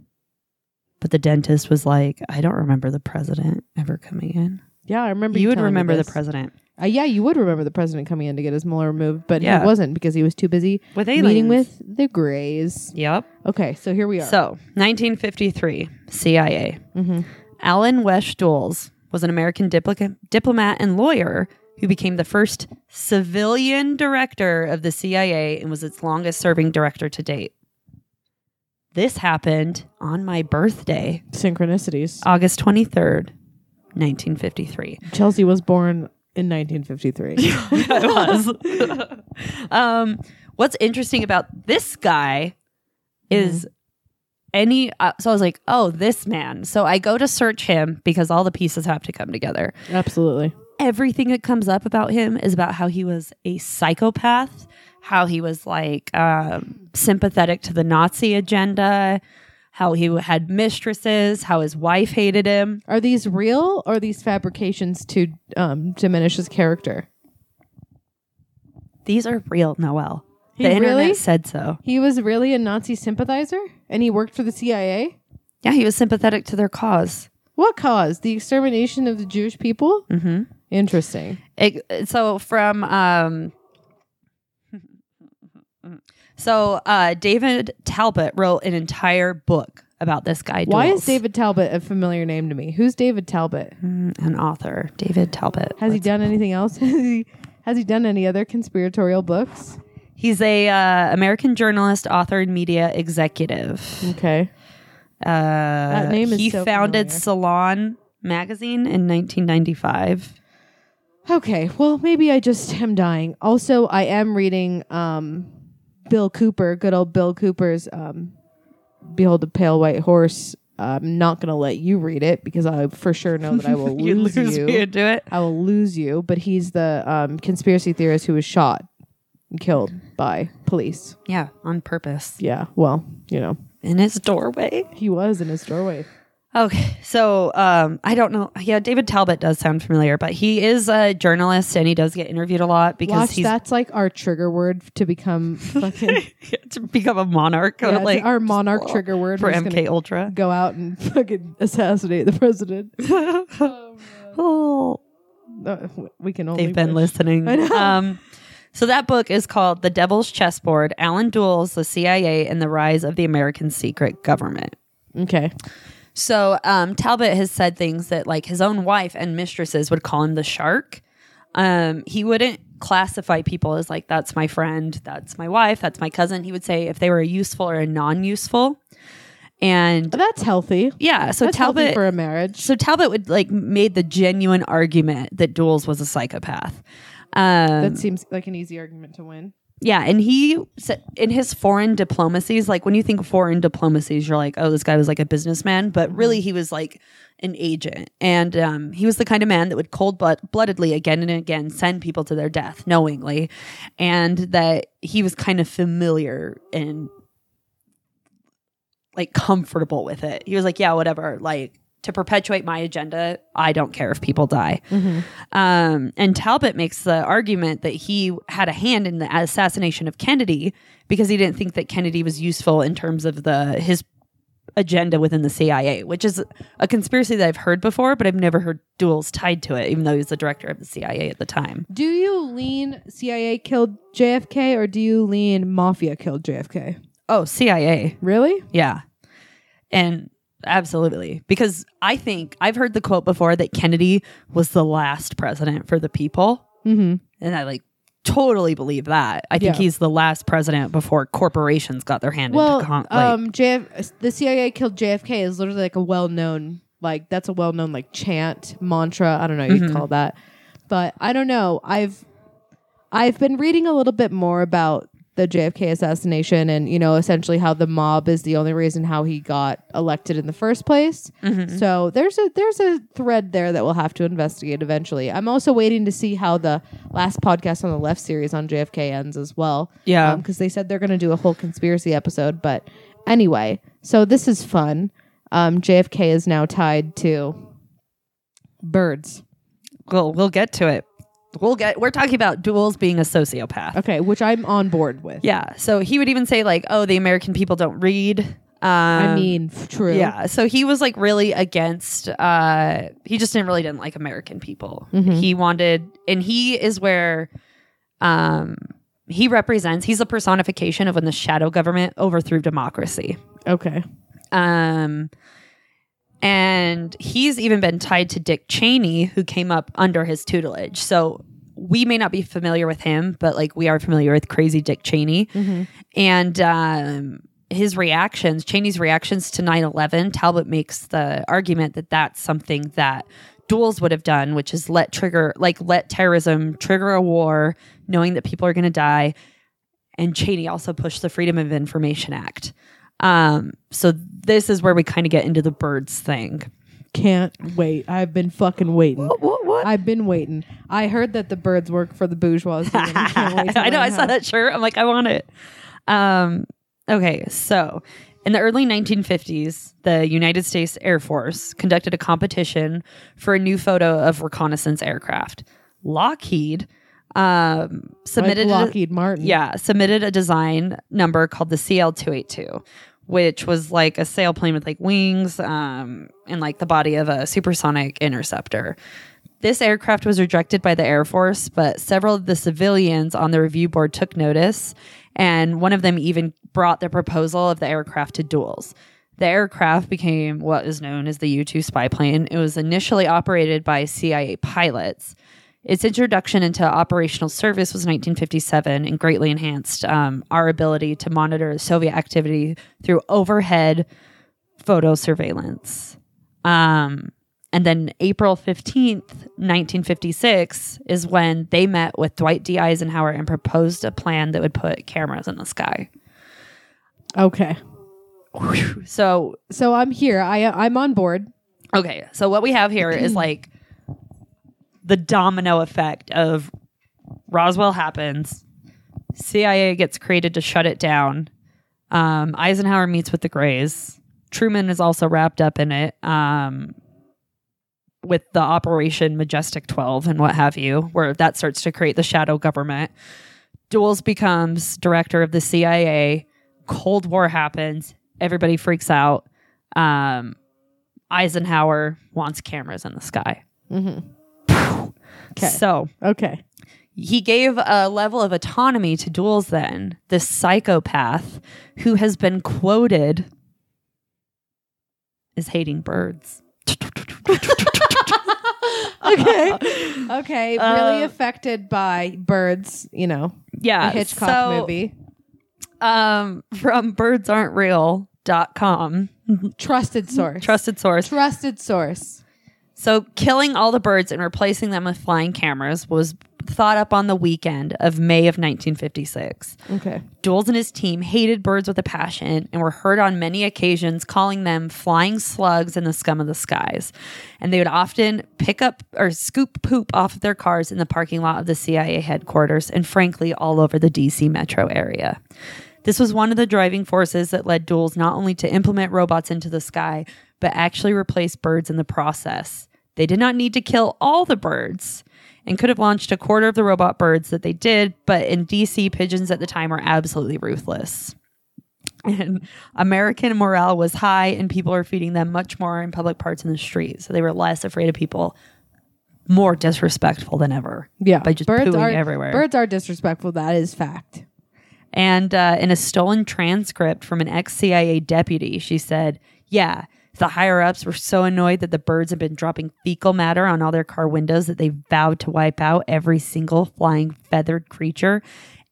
Speaker 5: But the dentist was like, "I don't remember the president ever coming in."
Speaker 4: Yeah, I remember.
Speaker 5: you would
Speaker 4: telling me
Speaker 5: remember the
Speaker 4: this.
Speaker 5: president
Speaker 4: Uh, yeah, you would remember the president coming in to get his Mueller removed, but
Speaker 5: Yeah.
Speaker 4: he wasn't because he was too busy
Speaker 5: with aliens.
Speaker 4: meeting with the Greys.
Speaker 5: Yep.
Speaker 4: Okay, so here we are.
Speaker 5: So, 1953, CIA.
Speaker 4: hmm
Speaker 5: Alan Wesh Doles was an American dipli- diplomat and lawyer who became the first civilian director of the CIA and was its longest serving director to date. This happened on my birthday,
Speaker 4: synchronicities.
Speaker 5: August 23rd, 1953.
Speaker 4: Chelsea was born in 1953.
Speaker 5: I was. um, what's interesting about this guy is any. Uh, so I was like, oh, this man. So I go to search him because all the pieces have to come together.
Speaker 4: Absolutely.
Speaker 5: Everything that comes up about him is about how he was a psychopath, how he was like um, sympathetic to the Nazi agenda, how he had mistresses, how his wife hated him.
Speaker 4: Are these real or are these fabrications to um, diminish his character?
Speaker 5: These are real, Noel.
Speaker 4: He
Speaker 5: The internet
Speaker 4: really?
Speaker 5: said so.
Speaker 4: He was really a Nazi sympathizer and he worked for the CIA?
Speaker 5: Yeah, he was sympathetic to their cause.
Speaker 4: What cause? The extermination of the Jewish people?
Speaker 5: Mm-hmm.
Speaker 4: Interesting.
Speaker 5: It, so from um so uh David Talbot wrote an entire book about this guy.
Speaker 4: Why
Speaker 5: Doles.
Speaker 4: is David Talbot a familiar name to me? Who's David Talbot?
Speaker 5: Mm, an author? David Talbot.
Speaker 4: Has he done anything else? has, he, has he done any other conspiratorial books?
Speaker 5: He's a uh, American journalist, author, and media executive.
Speaker 4: Okay.
Speaker 5: Uh, that
Speaker 4: name is
Speaker 5: he
Speaker 4: so
Speaker 5: founded
Speaker 4: familiar.
Speaker 5: Salon magazine in 1995.
Speaker 4: Okay, well, maybe I just am dying. Also, I am reading um, Bill Cooper, good old Bill Cooper's um, "Behold the Pale White Horse." I'm not gonna let you read it because I for sure know that I will
Speaker 5: you
Speaker 4: lose,
Speaker 5: lose
Speaker 4: you.
Speaker 5: me into it.
Speaker 4: I will lose you. But he's the um, conspiracy theorist who was shot and killed by police.
Speaker 5: Yeah, on purpose
Speaker 4: Yeah, well, you know,
Speaker 5: in his doorway.
Speaker 4: he was in his doorway.
Speaker 5: Okay, so um, I don't know. Yeah, David Talbot does sound familiar, but he is a journalist and he does get interviewed a lot because
Speaker 4: Watch,
Speaker 5: he's
Speaker 4: that's like our trigger word to become fucking
Speaker 5: to become a monarch.
Speaker 4: yeah,
Speaker 5: or
Speaker 4: it's
Speaker 5: like
Speaker 4: our monarch
Speaker 5: well,
Speaker 4: trigger word
Speaker 5: for
Speaker 4: We're just gonna
Speaker 5: MK Ultra.
Speaker 4: go out and fucking assassinate the president.
Speaker 5: Oh,
Speaker 4: Uh, we can only.
Speaker 5: they've been
Speaker 4: wish.
Speaker 5: listening.
Speaker 4: I know.
Speaker 5: Um, so that book is called "The Devil's Chessboard: Alan Dulles, the CIA, and the Rise of the American Secret Government."
Speaker 4: Okay.
Speaker 5: So um, Talbot has said things that like his own wife and mistresses would call him the shark. Um, he wouldn't classify people as like that's my friend, that's my wife, that's my cousin. He would say if they were a useful or a non-useful. And
Speaker 4: That's healthy.
Speaker 5: yeah, so
Speaker 4: That's healthy
Speaker 5: Talbot
Speaker 4: for a marriage.
Speaker 5: so Talbot would like made the genuine argument that Duels was a psychopath. Um,
Speaker 4: That seems like an easy argument to win.
Speaker 5: yeah, and he said in his foreign diplomacies, like when you think foreign diplomacies, you're like, oh, this guy was like a businessman, but really he was like an agent, and um, he was the kind of man that would cold blood- bloodedly again and again send people to their death knowingly, and that he was kind of familiar and like comfortable with it. He was like, yeah, whatever, like to perpetuate my agenda, I don't care if people die. Um, and Talbot makes the argument that he had a hand in the assassination of Kennedy because he didn't think that Kennedy was useful in terms of the his agenda within the CIA, which is a conspiracy that I've heard before, but I've never heard duels tied to it, even though he was the director of the CIA at the time.
Speaker 4: Do you lean CIA killed JFK or do you lean mafia killed JFK?
Speaker 5: Oh, CIA,
Speaker 4: Really?
Speaker 5: yeah. And Absolutely. Because I think I've heard the quote before that Kennedy was the last president for the people.
Speaker 4: Mm-hmm.
Speaker 5: And I like totally believe that. I think
Speaker 4: Yeah.
Speaker 5: he's the last president before corporations got their hand
Speaker 4: Well,
Speaker 5: into con- like,
Speaker 4: um, JF, the CIA killed JFK is literally like a well-known, like that's a well-known like chant mantra. I don't know what you call that, but I don't know. I've I've been reading a little bit more about the JFK assassination and you know essentially how the mob is the only reason how he got elected in the first place.
Speaker 5: Mm-hmm.
Speaker 4: So there's a there's a thread there that we'll have to investigate eventually. I'm also waiting to see how the last podcast on the left series on JFK ends as well.
Speaker 5: Yeah.
Speaker 4: because they said they're going to do a whole conspiracy episode, but anyway, so this is fun. Um, JFK is now tied to birds.
Speaker 5: we'll we'll get to it. We'll get we're talking about duels being a sociopath.
Speaker 4: Okay, which I'm on board with.
Speaker 5: Yeah. So he would even say like, "Oh, the American people don't read." Um,
Speaker 4: I mean, f- true.
Speaker 5: Yeah. So he was like really against uh he just didn't really didn't like American people.
Speaker 4: Mhm.
Speaker 5: He wanted and he is where um he represents he's a personification of when the shadow government overthrew democracy.
Speaker 4: Okay.
Speaker 5: Um and he's even been tied to Dick Cheney who came up under his tutelage. So we may not be familiar with him, but like we are familiar with crazy Dick Cheney and um, his reactions, Cheney's reactions to 9 11, Talbot makes the argument that that's something that duels would have done, which is let trigger, like let terrorism trigger a war, knowing that people are going to die. And Cheney also pushed the Freedom of Information Act. Um, so this is where we kind of get into the birds thing.
Speaker 4: Can't wait. I've been fucking waiting.
Speaker 5: What? What?
Speaker 4: I've been waiting. I heard that the birds work for the bourgeoisie. and I can't wait to
Speaker 5: I know.
Speaker 4: learn
Speaker 5: I
Speaker 4: how.
Speaker 5: saw that shirt. I'm like, I want it. Um, okay, so in the early 1950s, the United States Air Force conducted a competition for a new photo of reconnaissance aircraft. Lockheed um, submitted
Speaker 4: like Lockheed Martin.
Speaker 5: yeah, submitted a design number called the CL282, which was like a sailplane with like wings um, and like the body of a supersonic interceptor. This aircraft was rejected by the Air Force, but several of the civilians on the review board took notice, and one of them even brought the proposal of the aircraft to duels. The aircraft became what is known as the U 2 spy plane. It was initially operated by CIA pilots. Its introduction into operational service was 1957 and greatly enhanced um, our ability to monitor Soviet activity through overhead photo surveillance. Um, and then April 15th, 1956, is when they met with Dwight D. Eisenhower and proposed a plan that would put cameras in the sky.
Speaker 4: Okay.
Speaker 5: So
Speaker 4: So I'm here. I I'm on board.
Speaker 5: Okay, so what we have here is like the domino effect of Roswell happens, CIA gets created to shut it down. Um, Eisenhower meets with the Greys. Truman is also wrapped up in it um, with the Operation Majestic 12 and what have you, where that starts to create the shadow government. Duels becomes director of the CIA. Cold War happens. Everybody freaks out. Um, Eisenhower wants cameras in the sky. Mm-hmm.
Speaker 4: Okay.
Speaker 5: So
Speaker 4: Okay.
Speaker 5: he gave a level of autonomy to Duels then, this psychopath who has been quoted as hating birds.
Speaker 4: Okay. okay. really
Speaker 5: Uh,
Speaker 4: affected by birds. You know,
Speaker 5: Yeah.
Speaker 4: a Hitchcock
Speaker 5: so,
Speaker 4: movie.
Speaker 5: Um, from birdsaren'treal.com,
Speaker 4: Trusted source.
Speaker 5: trusted source.
Speaker 4: Trusted source.
Speaker 5: So, killing all the birds and replacing them with flying cameras was thought up on the weekend of May of 1956.
Speaker 4: Okay.
Speaker 5: Jules and his team hated birds with a passion and were heard on many occasions calling them flying slugs and the scum of the skies. And they would often pick up or scoop poop off of their cars in the parking lot of the CIA headquarters and, frankly, all over the DC metro area. This was one of the driving forces that led Duels not only to implement robots into the sky, but actually replace birds in the process. They did not need to kill all the birds and could have launched a quarter of the robot birds that they did, but in DC, pigeons at the time were absolutely ruthless. And American morale was high, and people were feeding them much more in public parts in the street. So they were less afraid of people, more disrespectful than ever.
Speaker 4: Yeah.
Speaker 5: By just pooing
Speaker 4: are
Speaker 5: everywhere.
Speaker 4: Birds are disrespectful. That is fact.
Speaker 5: And uh, in a stolen transcript from an ex CIA deputy, she said, Yeah, The higher ups were so annoyed that the birds had been dropping fecal matter on all their car windows that they vowed to wipe out every single flying feathered creature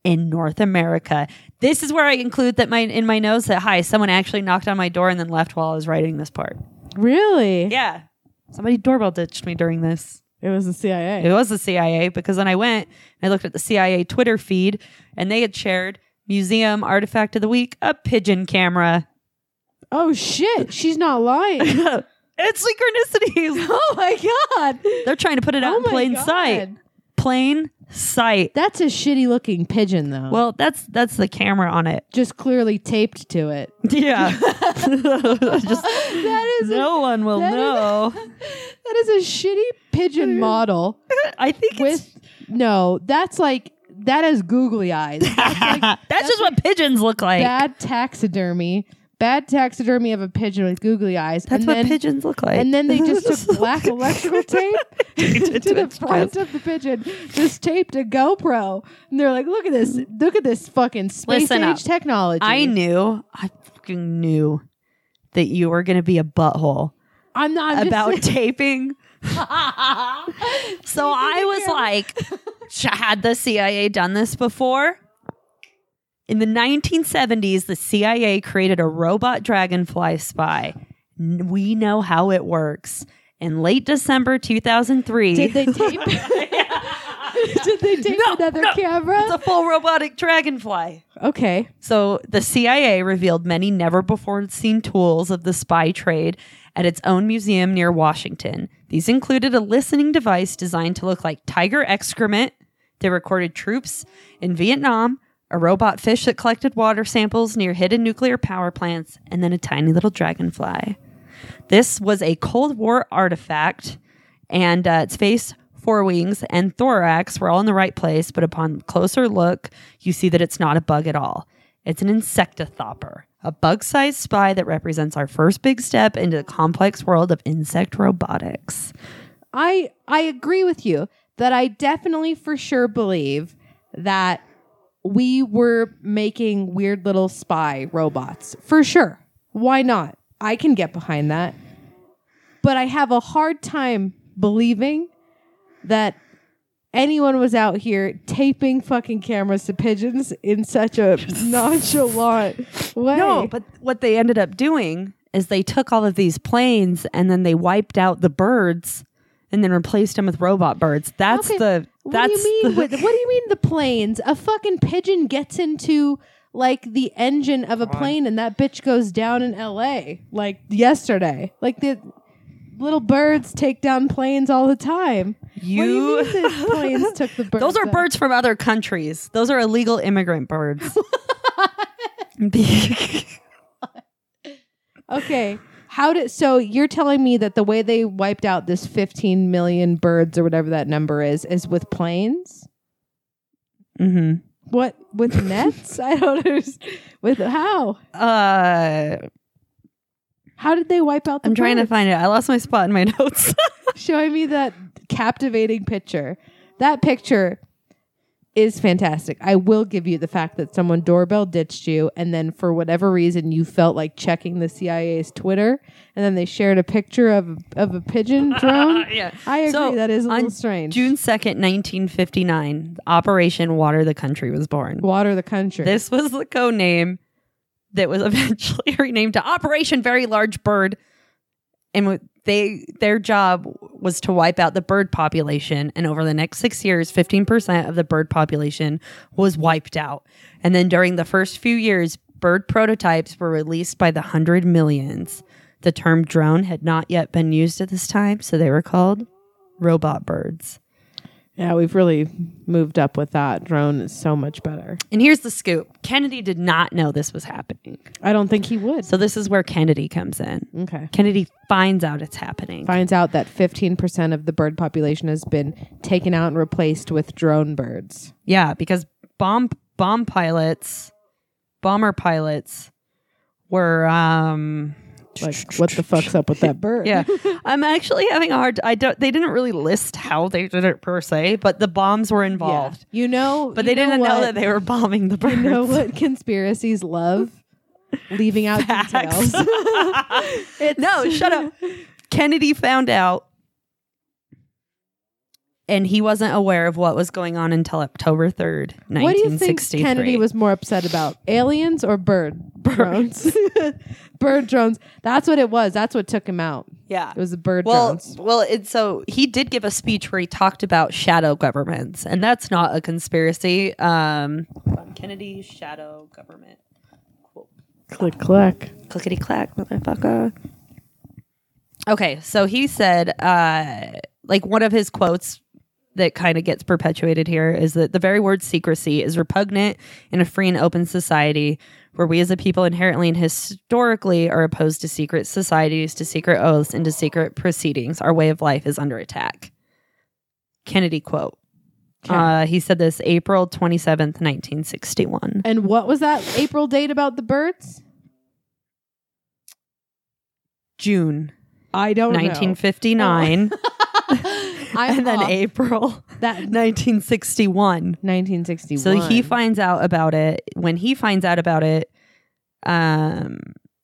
Speaker 5: in North America. This is where I include that my in my notes that hi, someone actually knocked on my door and then left while I was writing this part.
Speaker 4: Really?
Speaker 5: Yeah. Somebody doorbell ditched me during this.
Speaker 4: It was the CIA.
Speaker 5: It was the CIA because then I went and I looked at the CIA Twitter feed and they had shared museum artifact of the week, a pigeon camera.
Speaker 4: Oh shit! She's not lying.
Speaker 5: it's synchronicities.
Speaker 4: oh my god!
Speaker 5: They're trying to put it out
Speaker 4: oh
Speaker 5: in
Speaker 4: my
Speaker 5: plain
Speaker 4: God.
Speaker 5: sight. Plain sight.
Speaker 4: That's a shitty looking pigeon though.
Speaker 5: Well, that's that's the camera on it.
Speaker 4: just clearly taped to it.
Speaker 5: Yeah. Just
Speaker 4: That is a-
Speaker 5: no one will
Speaker 4: that is-
Speaker 5: know.
Speaker 4: That is a shitty pigeon model
Speaker 5: I think it's
Speaker 4: with no. That's like that has googly eyes. That's like
Speaker 5: that's, just what pigeons look like.
Speaker 4: bad taxidermy. Bad taxidermy of a pigeon with googly eyes.
Speaker 5: that's
Speaker 4: and
Speaker 5: what
Speaker 4: then,
Speaker 5: pigeons look like.
Speaker 4: And then they just took black electrical tape to the front of the pigeon, just taped a GoPro, and they're like, "Look at this! Look at this fucking space
Speaker 5: Listen
Speaker 4: age
Speaker 5: up.
Speaker 4: technology."
Speaker 5: I knew, I fucking knew that you were going to be a butthole
Speaker 4: I'm not I'm
Speaker 5: about
Speaker 4: Just,
Speaker 5: taping. so I was like, "Sh- had the CIA done this before? In the 1970s, the CIA created a robot dragonfly spy. N- We know how it works. In late December 2003,
Speaker 4: did they tape? did they tape
Speaker 5: No,
Speaker 4: another
Speaker 5: no.
Speaker 4: camera?
Speaker 5: it's a full robotic dragonfly.
Speaker 4: okay.
Speaker 5: So the CIA revealed many never before seen tools of the spy trade at its own museum near Washington. These included a listening device designed to look like tiger excrement. They recorded troops in Vietnam, a robot fish that collected water samples near hidden nuclear power plants, and then a tiny little dragonfly. This was a Cold War artifact, and uh, its face, forewings, and thorax were all in the right place. But upon closer look, you see that it's not a bug at all. It's an insectothopper, a bug-sized spy that represents our first big step into the complex world of insect robotics.
Speaker 4: I I agree with you that I definitely for sure believe that we were making weird little spy robots. For sure. Why not? I can get behind that. But I have a hard time believing that anyone was out here taping fucking cameras to pigeons in such a nonchalant way.
Speaker 5: No, but what they ended up doing is they took all of these planes and then they wiped out the birds and then replaced them with robot birds. That's
Speaker 4: Okay,
Speaker 5: the
Speaker 4: What
Speaker 5: that's
Speaker 4: do you mean?
Speaker 5: the-
Speaker 4: with- what do you mean the planes? A fucking pigeon gets into like the engine of a plane, and that bitch goes down in L.A. like yesterday. Like the little birds take down planes all the time. what do you mean the planes took the birds?
Speaker 5: Those are
Speaker 4: out?
Speaker 5: birds from other countries. Those are illegal immigrant birds.
Speaker 4: Okay. How did so you're telling me that the way they wiped out this 15 million birds or whatever that number is is with planes?
Speaker 5: hmm
Speaker 4: What with nets? I don't understand. With how?
Speaker 5: Uh,
Speaker 4: How did they wipe out the
Speaker 5: I'm trying to
Speaker 4: birds?
Speaker 5: find it. I lost my spot in my notes.
Speaker 4: showing me that captivating picture. That picture is fantastic. I will give you the fact that someone doorbell ditched you, and then for whatever reason you felt like checking the CIA's Twitter, and then they shared a picture of of a pigeon drone.
Speaker 5: yeah.
Speaker 4: I agree.
Speaker 5: So,
Speaker 4: that is a
Speaker 5: on
Speaker 4: little strange.
Speaker 5: June 2nd, 1959, Operation Water the Country was born.
Speaker 4: Water the country.
Speaker 5: This was the code name that was eventually renamed to Operation Very Large Bird, and what they their job was to wipe out the bird population. And over the next six years, fifteen percent of the bird population was wiped out. And then during the first few years, bird prototypes were released by the hundred millions. The term drone had not yet been used at this time, so they were called robot birds.
Speaker 4: yeah, we've really moved up with that. Drone is so much better.
Speaker 5: And here's the scoop: Kennedy did not know this was happening.
Speaker 4: I don't think he would.
Speaker 5: So this is where Kennedy comes in.
Speaker 4: Okay.
Speaker 5: Kennedy finds out it's happening.
Speaker 4: Finds out that 15% of the bird population has been taken out and replaced with drone birds.
Speaker 5: Yeah, because bomb bomb pilots, bomber pilots were um
Speaker 4: like what the fuck's up with that bird
Speaker 5: yeah. I'm actually having a hard I don't they didn't really list how they did it per se, but the bombs were
Speaker 4: Yeah.
Speaker 5: involved.
Speaker 4: you know
Speaker 5: But they
Speaker 4: you
Speaker 5: didn't know
Speaker 4: what-
Speaker 5: that they were bombing the birds.
Speaker 4: you know what conspiracies love leaving out
Speaker 5: Facts.
Speaker 4: details. It's-
Speaker 5: no, shut up. Kennedy found out, and he wasn't aware of what was going on until October third,
Speaker 4: What do you
Speaker 5: nineteen
Speaker 4: think
Speaker 5: sixty-three.
Speaker 4: Kennedy was more upset about, aliens or bird drones? bird drones. That's what it was. That's what took him out.
Speaker 5: Yeah.
Speaker 4: It was the bird
Speaker 5: well,
Speaker 4: drones.
Speaker 5: well, and so he did give a speech where he talked about shadow governments, and that's not a conspiracy. Um, hold on, Kennedy's shadow government.
Speaker 4: Click click.
Speaker 5: clickety clack, motherfucker. Okay, so he said, uh, like one of his quotes that kind of gets perpetuated here is that the very word secrecy is repugnant in a free and open society where we as a people inherently and historically are opposed to secret societies, to secret oaths, and to secret proceedings. Our way of life is under attack. Kennedy quote. Uh, he said this April 27th, 1961.
Speaker 4: And what was that April date about the birds?
Speaker 5: June
Speaker 4: I don't know.
Speaker 5: 1959.
Speaker 4: Oh, I'm
Speaker 5: and then
Speaker 4: off.
Speaker 5: April
Speaker 4: that
Speaker 5: 1961.
Speaker 4: 1961.
Speaker 5: So he finds out about it. When he finds out about it, um,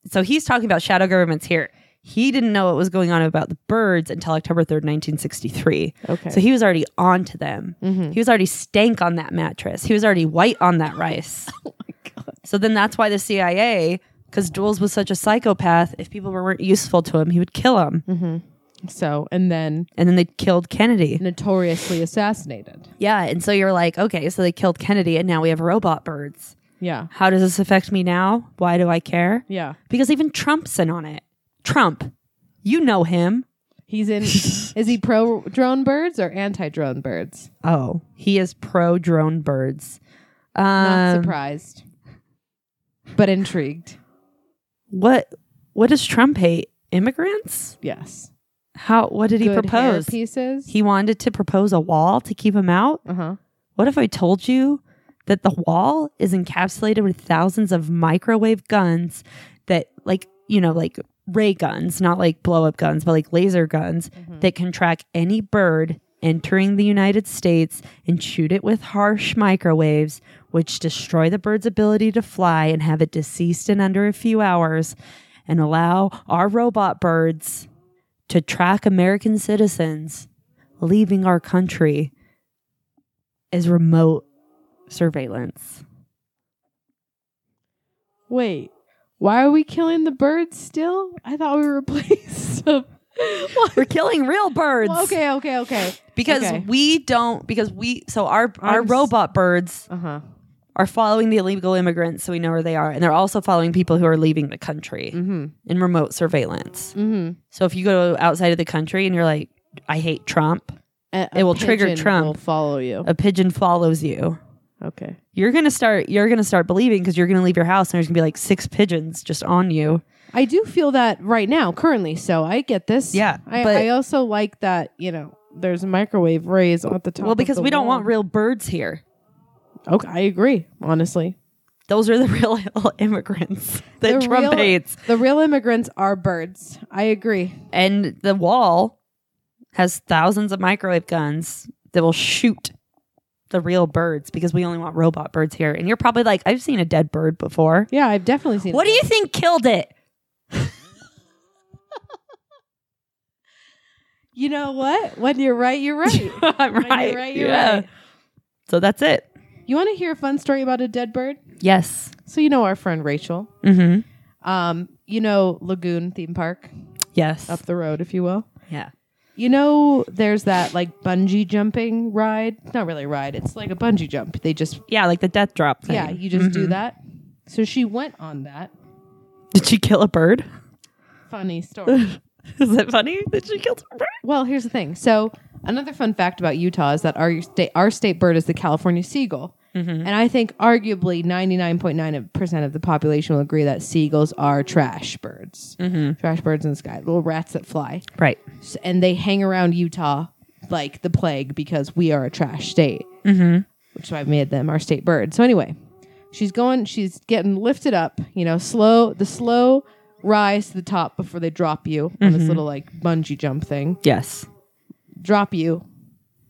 Speaker 5: so he's talking about shadow governments here. He didn't know what was going on about the birds until October 3rd, 1963.
Speaker 4: Okay.
Speaker 5: So he was already on to them.
Speaker 4: Mhm.
Speaker 5: He was already stank on that mattress. He was already white on that rice. So then that's why the CIA, because Jules was such a psychopath, if people weren't useful to him, he would kill them.
Speaker 4: So and then
Speaker 5: And then they killed
Speaker 4: Mm.
Speaker 5: Kennedy.
Speaker 4: notoriously assassinated.
Speaker 5: Yeah, and so you're like, okay, so they killed Kennedy and now we have robot birds.
Speaker 4: Yeah.
Speaker 5: How does this affect me now? Why do I care?
Speaker 4: Yeah.
Speaker 5: Because even Trump's in on it. Trump. You know him.
Speaker 4: He's in is he pro drone birds or anti drone birds?
Speaker 5: Oh, he is pro drone birds. Um,
Speaker 4: Not surprised. But intrigued.
Speaker 5: What what does Trump hate? Immigrants?
Speaker 4: Yes.
Speaker 5: How what did he
Speaker 4: Good hair
Speaker 5: propose?
Speaker 4: pieces?
Speaker 5: He wanted to propose a wall to keep him out.
Speaker 4: uh-huh.
Speaker 5: What if I told you that the wall is encapsulated with thousands of microwave guns that, like, you know, like ray guns, not like blow up guns, but like laser guns that can track any bird entering the United States and shoot it with harsh microwaves, which destroy the bird's ability to fly and have it deceased in under a few hours and allow our robot birds to track American citizens leaving our country is remote surveillance.
Speaker 4: Wait, why are we killing the birds still? I thought we replaced them.
Speaker 5: We're killing real birds.
Speaker 4: Well, okay, okay, okay.
Speaker 5: Because
Speaker 4: Okay.
Speaker 5: we don't because we so our our
Speaker 4: I'm s-
Speaker 5: robot birds
Speaker 4: Uh-huh.
Speaker 5: are following the illegal immigrants so we know where they are and they're also following people who are leaving the country
Speaker 4: Mm-hmm.
Speaker 5: in remote surveillance.
Speaker 4: Mm-hmm.
Speaker 5: So if you go outside of the country and you're like I hate Trump, It will trigger Trump.
Speaker 4: Will follow you.
Speaker 5: a pigeon follows you.
Speaker 4: okay.
Speaker 5: You're going to start you're going to start believing because you're going to leave your house and there's going to be like six pigeons just on you.
Speaker 4: I do feel that right now, currently. So I get this.
Speaker 5: Yeah,
Speaker 4: I,
Speaker 5: but-
Speaker 4: I also like that. You know, there's a microwave rays at the top.
Speaker 5: well,
Speaker 4: of
Speaker 5: because
Speaker 4: the
Speaker 5: we don't
Speaker 4: wall.
Speaker 5: want real birds here.
Speaker 4: Okay, I agree. Honestly,
Speaker 5: Those are the real immigrants that Trump
Speaker 4: real,
Speaker 5: hates.
Speaker 4: The real immigrants are birds. I agree.
Speaker 5: and the wall has thousands of microwave guns that will shoot the real birds because we only want robot birds here. And you're probably like, I've seen a dead bird before.
Speaker 4: Yeah, I've definitely seen.
Speaker 5: What do you think killed it?
Speaker 4: You know what? When you're right, you're right.
Speaker 5: I'm
Speaker 4: When
Speaker 5: right.
Speaker 4: You're right. You're
Speaker 5: Yeah.
Speaker 4: right.
Speaker 5: So that's it.
Speaker 4: You want to hear a fun story about a dead bird?
Speaker 5: Yes.
Speaker 4: So you know our friend Rachel.
Speaker 5: Mm-hmm.
Speaker 4: Um, you know Lagoon Theme Park
Speaker 5: Yes.
Speaker 4: up the road, if you will.
Speaker 5: Yeah.
Speaker 4: You know, there's that like bungee jumping ride. It's Not really a ride. It's like a bungee jump. They just
Speaker 5: Yeah, like the death drop thing. Mm-hmm.
Speaker 4: yeah, you just do that. So she went on that.
Speaker 5: Did she kill a bird?
Speaker 4: Funny story.
Speaker 5: Is it funny that she killed a bird?
Speaker 4: well, here's the thing. So another fun fact about Utah is that our state our state bird is the California seagull. And I think arguably 99.9% of the population will agree that seagulls are trash birds. Trash birds in the sky, little rats that fly.
Speaker 5: Right.
Speaker 4: S- and they hang around Utah like the plague because we are a trash state, which is why I made them our state bird. So anyway, she's going, she's getting lifted up, you know, slow, the slow rise to the top before they drop you on this little like bungee jump thing,
Speaker 5: Yes.
Speaker 4: drop you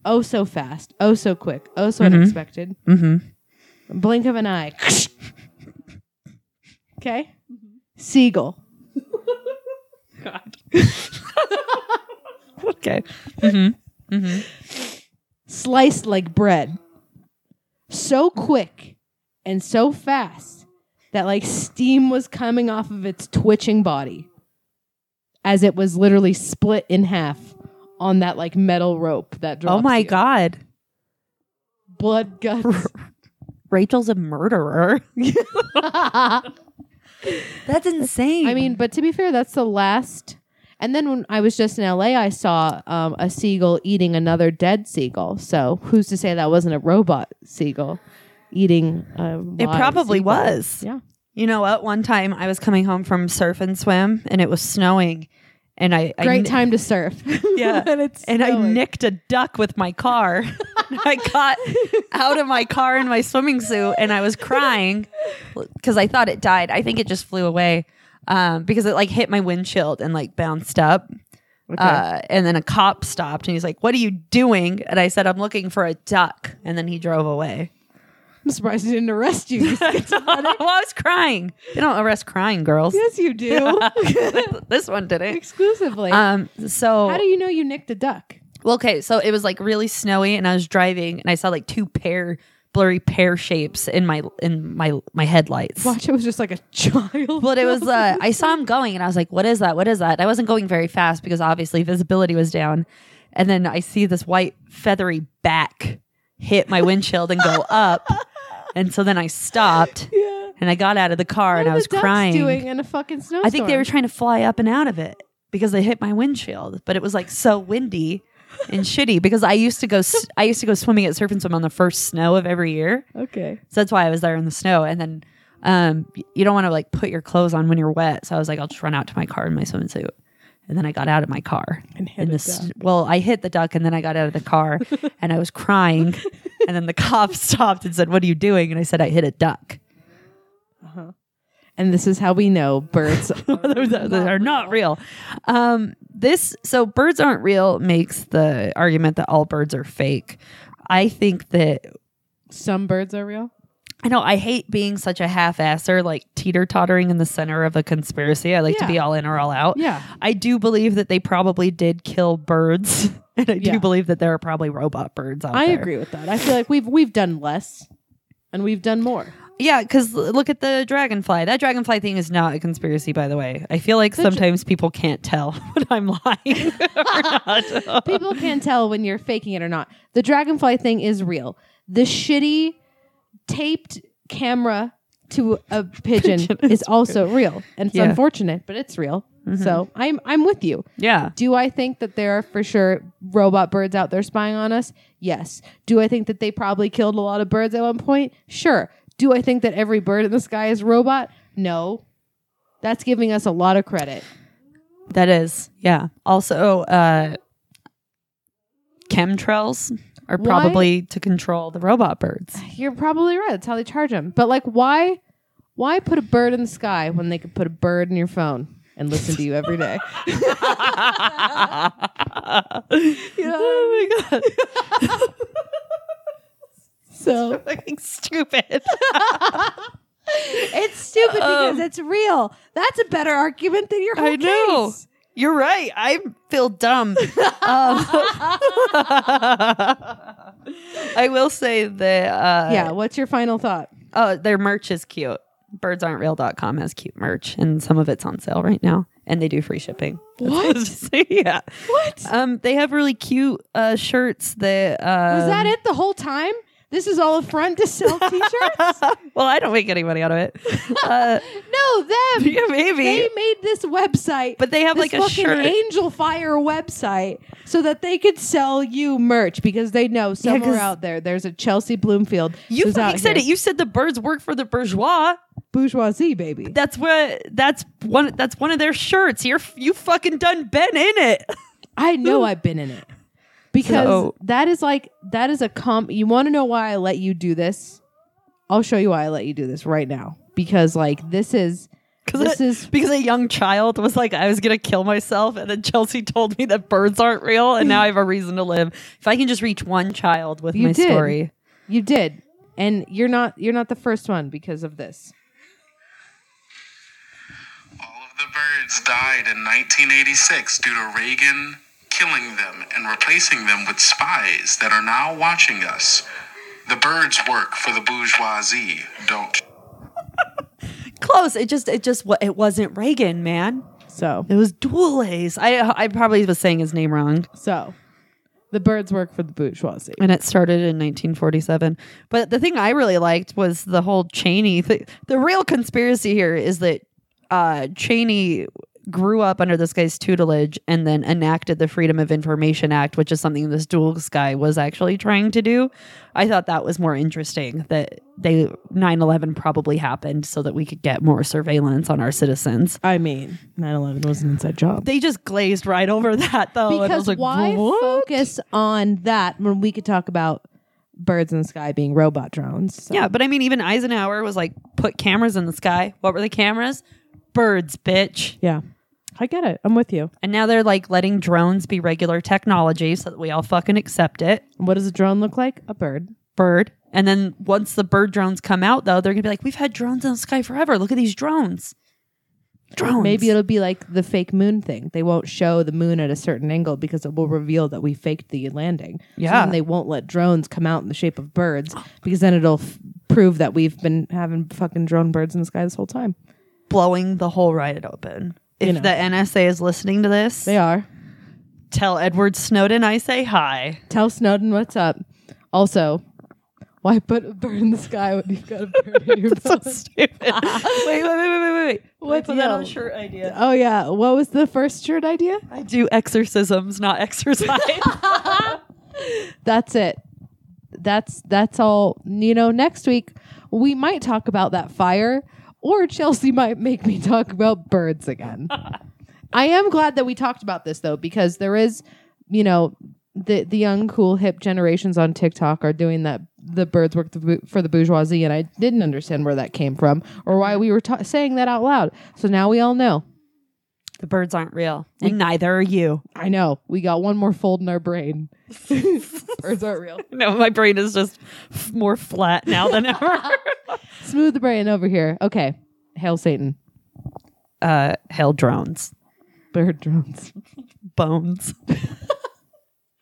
Speaker 4: oh so fast, oh so quick, oh
Speaker 5: Mm-hmm.
Speaker 4: so unexpected. Mm-hmm. Blink of an eye. Okay. Siegel.
Speaker 5: Okay.
Speaker 4: sliced like bread. So quick and so fast that like steam was coming off of its twitching body as it was literally split in half on that like metal rope that drops
Speaker 5: Oh my
Speaker 4: you.
Speaker 5: God.
Speaker 4: blood guts
Speaker 5: Rachel's a murderer.
Speaker 4: i
Speaker 5: That's insane.
Speaker 4: mean but to be fair that's the last and then when i was just in la i saw um, a seagull eating another dead seagull so who's to say that wasn't a robot seagull eating a
Speaker 5: It
Speaker 4: live
Speaker 5: probably
Speaker 4: seagull?
Speaker 5: was.
Speaker 4: yeah
Speaker 5: you know what? One time I was coming home from surf and swim and it was snowing and I, I
Speaker 4: great
Speaker 5: kn-
Speaker 4: time to surf.
Speaker 5: Yeah.
Speaker 4: and it's
Speaker 5: and I
Speaker 4: snowing.
Speaker 5: nicked a duck with my car. I got out of my car in my swimming suit and I was crying because I thought it died. I think it just flew away um, because it like hit my windshield and like bounced up. Uh, and then a cop stopped and he's like, What are you doing? And I said, I'm looking for a duck. And then he drove away.
Speaker 4: I'm surprised he didn't arrest you.
Speaker 5: well, I was crying. They don't arrest crying girls.
Speaker 4: yes, you do
Speaker 5: this one didn't.
Speaker 4: exclusively.
Speaker 5: Um, so
Speaker 4: How do you know you nicked a duck?
Speaker 5: Well, okay, so it was like really snowy, and I was driving, and I saw like two pear, blurry pear shapes in my in my my headlights.
Speaker 4: Watch, it was just like a child.
Speaker 5: But it was uh, I saw him going, and I was like, "What is that? What is that?" And I wasn't going very fast because obviously visibility was down. And then I see this white feathery back hit my windshield and go up, and so then I stopped
Speaker 4: yeah.
Speaker 5: and I got out of the car
Speaker 4: What
Speaker 5: and
Speaker 4: are
Speaker 5: I was
Speaker 4: the ducks
Speaker 5: crying.
Speaker 4: doing in a fucking snowstorm?
Speaker 5: I think they were trying to fly up and out of it because they hit my windshield, but it was like so windy and shitty because I used to go s- I used to go swimming at Surf and Swim on the first snow of every year.
Speaker 4: okay.
Speaker 5: So that's why I was there in the snow and then um y- you don't want to like put your clothes on when you're wet. So I was like I'll just run out to my car in my swimming suit. And then I got out of my car.
Speaker 4: And hit
Speaker 5: in
Speaker 4: a
Speaker 5: the s- well, I hit the duck and then I got out of the car and I was crying. and then the cop stopped and said, "What are you doing?" And I said, "I hit a duck."
Speaker 4: And this is how we know birds.
Speaker 5: those are, those are not real. Um, this so birds aren't real makes the argument that all birds are fake. I think that
Speaker 4: Some birds are real.
Speaker 5: I know I hate being such a half-asser, like teeter tottering in the center of a conspiracy. I like to
Speaker 4: Yeah.
Speaker 5: be all in or all out.
Speaker 4: Yeah.
Speaker 5: I do believe that they probably did kill birds, and I
Speaker 4: Yeah.
Speaker 5: do believe that there are probably robot birds out
Speaker 4: I
Speaker 5: there.
Speaker 4: agree with that. I feel like we've we've done less, and we've done more.
Speaker 5: Yeah, because look at the dragonfly. That dragonfly thing is not a conspiracy, by the way. I feel like sometimes people can't tell when I'm lying or not.
Speaker 4: People can tell when you're faking it or not. The dragonfly thing is real. The shitty taped camera to a pigeon, is Mm-hmm. also real, and it's
Speaker 5: Yeah.
Speaker 4: unfortunate, but it's real. So I'm I'm with you.
Speaker 5: Yeah.
Speaker 4: Do I think that there are for sure robot birds out there spying on us? Yes. Do I think that they probably killed a lot of birds at one point? Sure. Do I think that every bird in the sky is robot? No. That's giving us a lot of credit.
Speaker 5: That is, yeah. Also, uh, chemtrails are
Speaker 4: Why-
Speaker 5: probably to control the robot birds.
Speaker 4: You're probably right. That's how they charge them. But like, why, why put a bird in the sky when they could put a bird in your phone and listen to you every day?
Speaker 5: Oh my god,
Speaker 4: so
Speaker 5: fucking stupid!
Speaker 4: it's stupid because
Speaker 5: Um,
Speaker 4: it's real. That's a better argument than your whole
Speaker 5: I know.
Speaker 4: case.
Speaker 5: You're right. I feel dumb. Um, I will say that uh,
Speaker 4: Yeah. What's your final thought?
Speaker 5: Oh, their merch is cute. Birdsaren'treal.com has cute merch, and some of it's on sale right now, and they do free shipping. What? yeah.
Speaker 4: What?
Speaker 5: Um, they have really cute uh, shirts that. Uh,
Speaker 4: Was that it the whole time? This is all a front to sell t-shirts?
Speaker 5: Well, I don't make any money out of it. Uh,
Speaker 4: no, them.
Speaker 5: yeah, maybe.
Speaker 4: They made this website.
Speaker 5: but they have
Speaker 4: this
Speaker 5: like a
Speaker 4: fucking
Speaker 5: shirt.
Speaker 4: Angel Fire website so that they could sell you merch because they know somewhere
Speaker 5: 'cause-
Speaker 4: out there there's a Chelsea Bloomfield.
Speaker 5: you
Speaker 4: who's
Speaker 5: fucking
Speaker 4: out
Speaker 5: said
Speaker 4: here.
Speaker 5: it. You said the birds work for the bourgeois.
Speaker 4: bourgeoisie baby.
Speaker 5: That's what. That's one. That's one of their shirts. You're you fucking done been in it.
Speaker 4: I know I've been in it because
Speaker 5: So-
Speaker 4: that is like that is a comp. You want to know why I let you do this? I'll show you why I let you do this right now because like this is
Speaker 5: Because
Speaker 4: This
Speaker 5: I-
Speaker 4: is-
Speaker 5: because a young child was like, I was gonna kill myself, and then Chelsea told me that birds aren't real, and now I have a reason to live. If I can just reach one child with
Speaker 4: You
Speaker 5: my
Speaker 4: did.
Speaker 5: story,
Speaker 4: you did, and you're not you're not the first one because of this.
Speaker 2: birds died in 1986 due to Reagan killing them and replacing them with spies that are now watching us. The birds work for the bourgeoisie, don't
Speaker 5: Close. It just it just wa- it wasn't Reagan, man.
Speaker 4: So
Speaker 5: It was Dulles. I I probably was saying his name wrong.
Speaker 4: so the birds work for the bourgeoisie.
Speaker 5: and it started in 1947. But the thing I really liked was the whole Cheney thing. The real conspiracy here is that uh, Cheney grew up under this guy's tutelage and then enacted the Freedom of Information Act, which is something this Dulles guy was actually trying to do. I thought that was more interesting that they 9/11 probably happened so that we could get more surveillance on our citizens.
Speaker 4: I mean, 9/11 was an inside job.
Speaker 5: They just glazed right over that though. and I
Speaker 4: because
Speaker 5: was like,
Speaker 4: why
Speaker 5: "What?"
Speaker 4: focus on that when we could talk about birds in the sky being robot drones? So-
Speaker 5: Yeah, but I mean, even Eisenhower was like, put cameras in the sky. What were the cameras? Birds, bitch.
Speaker 4: yeah, I get it. I'm with you.
Speaker 5: And now they're like letting drones be regular technology so that we all fucking accept it.
Speaker 4: What does a drone look like? A bird.
Speaker 5: Bird. And then once the bird drones come out, though, they're going to be like, we've had drones in the sky forever. Look at these drones. Drones.
Speaker 4: Maybe it'll be like the fake moon thing. They won't show the moon at a certain angle because it will reveal that we faked the landing. So
Speaker 5: Yeah.
Speaker 4: then they won't let drones come out in the shape of birds because then it'll f- prove that we've been having fucking drone birds in the sky this whole time.
Speaker 5: blowing the whole riot open. If
Speaker 4: You know.
Speaker 5: the NSA is listening to this,
Speaker 4: They are.
Speaker 5: tell Edward Snowden I say hi.
Speaker 4: Tell Snowden what's up. Also, why put a bird in the sky when you've got a bird in your
Speaker 5: So
Speaker 4: butt?
Speaker 5: stupid. wait, wait, wait, wait, wait, wait, wait.
Speaker 4: What
Speaker 5: Put that
Speaker 4: deal?
Speaker 5: on shirt idea.
Speaker 4: Oh yeah, what was the first shirt idea?
Speaker 5: I do exorcisms, not exercise.
Speaker 4: That's it. That's that's all. You know, next week we might talk about that fire, or Chelsea might make me talk about birds again. I am glad that we talked about this though, because there is, you know, the the young, cool, hip generations on TikTok are doing that. The birds work the, bou- for the bourgeoisie, and I didn't understand where that came from or why we were ta- saying that out loud. So now we all know.
Speaker 5: the birds aren't real, and neither are you.
Speaker 4: I know we got one more fold in our brain. birds aren't real.
Speaker 5: No, my brain is just f- more flat now than ever.
Speaker 4: Smooth the brain over here. Okay. Hail Satan.
Speaker 5: uh, hell drones,
Speaker 4: Bird drones.
Speaker 5: bones.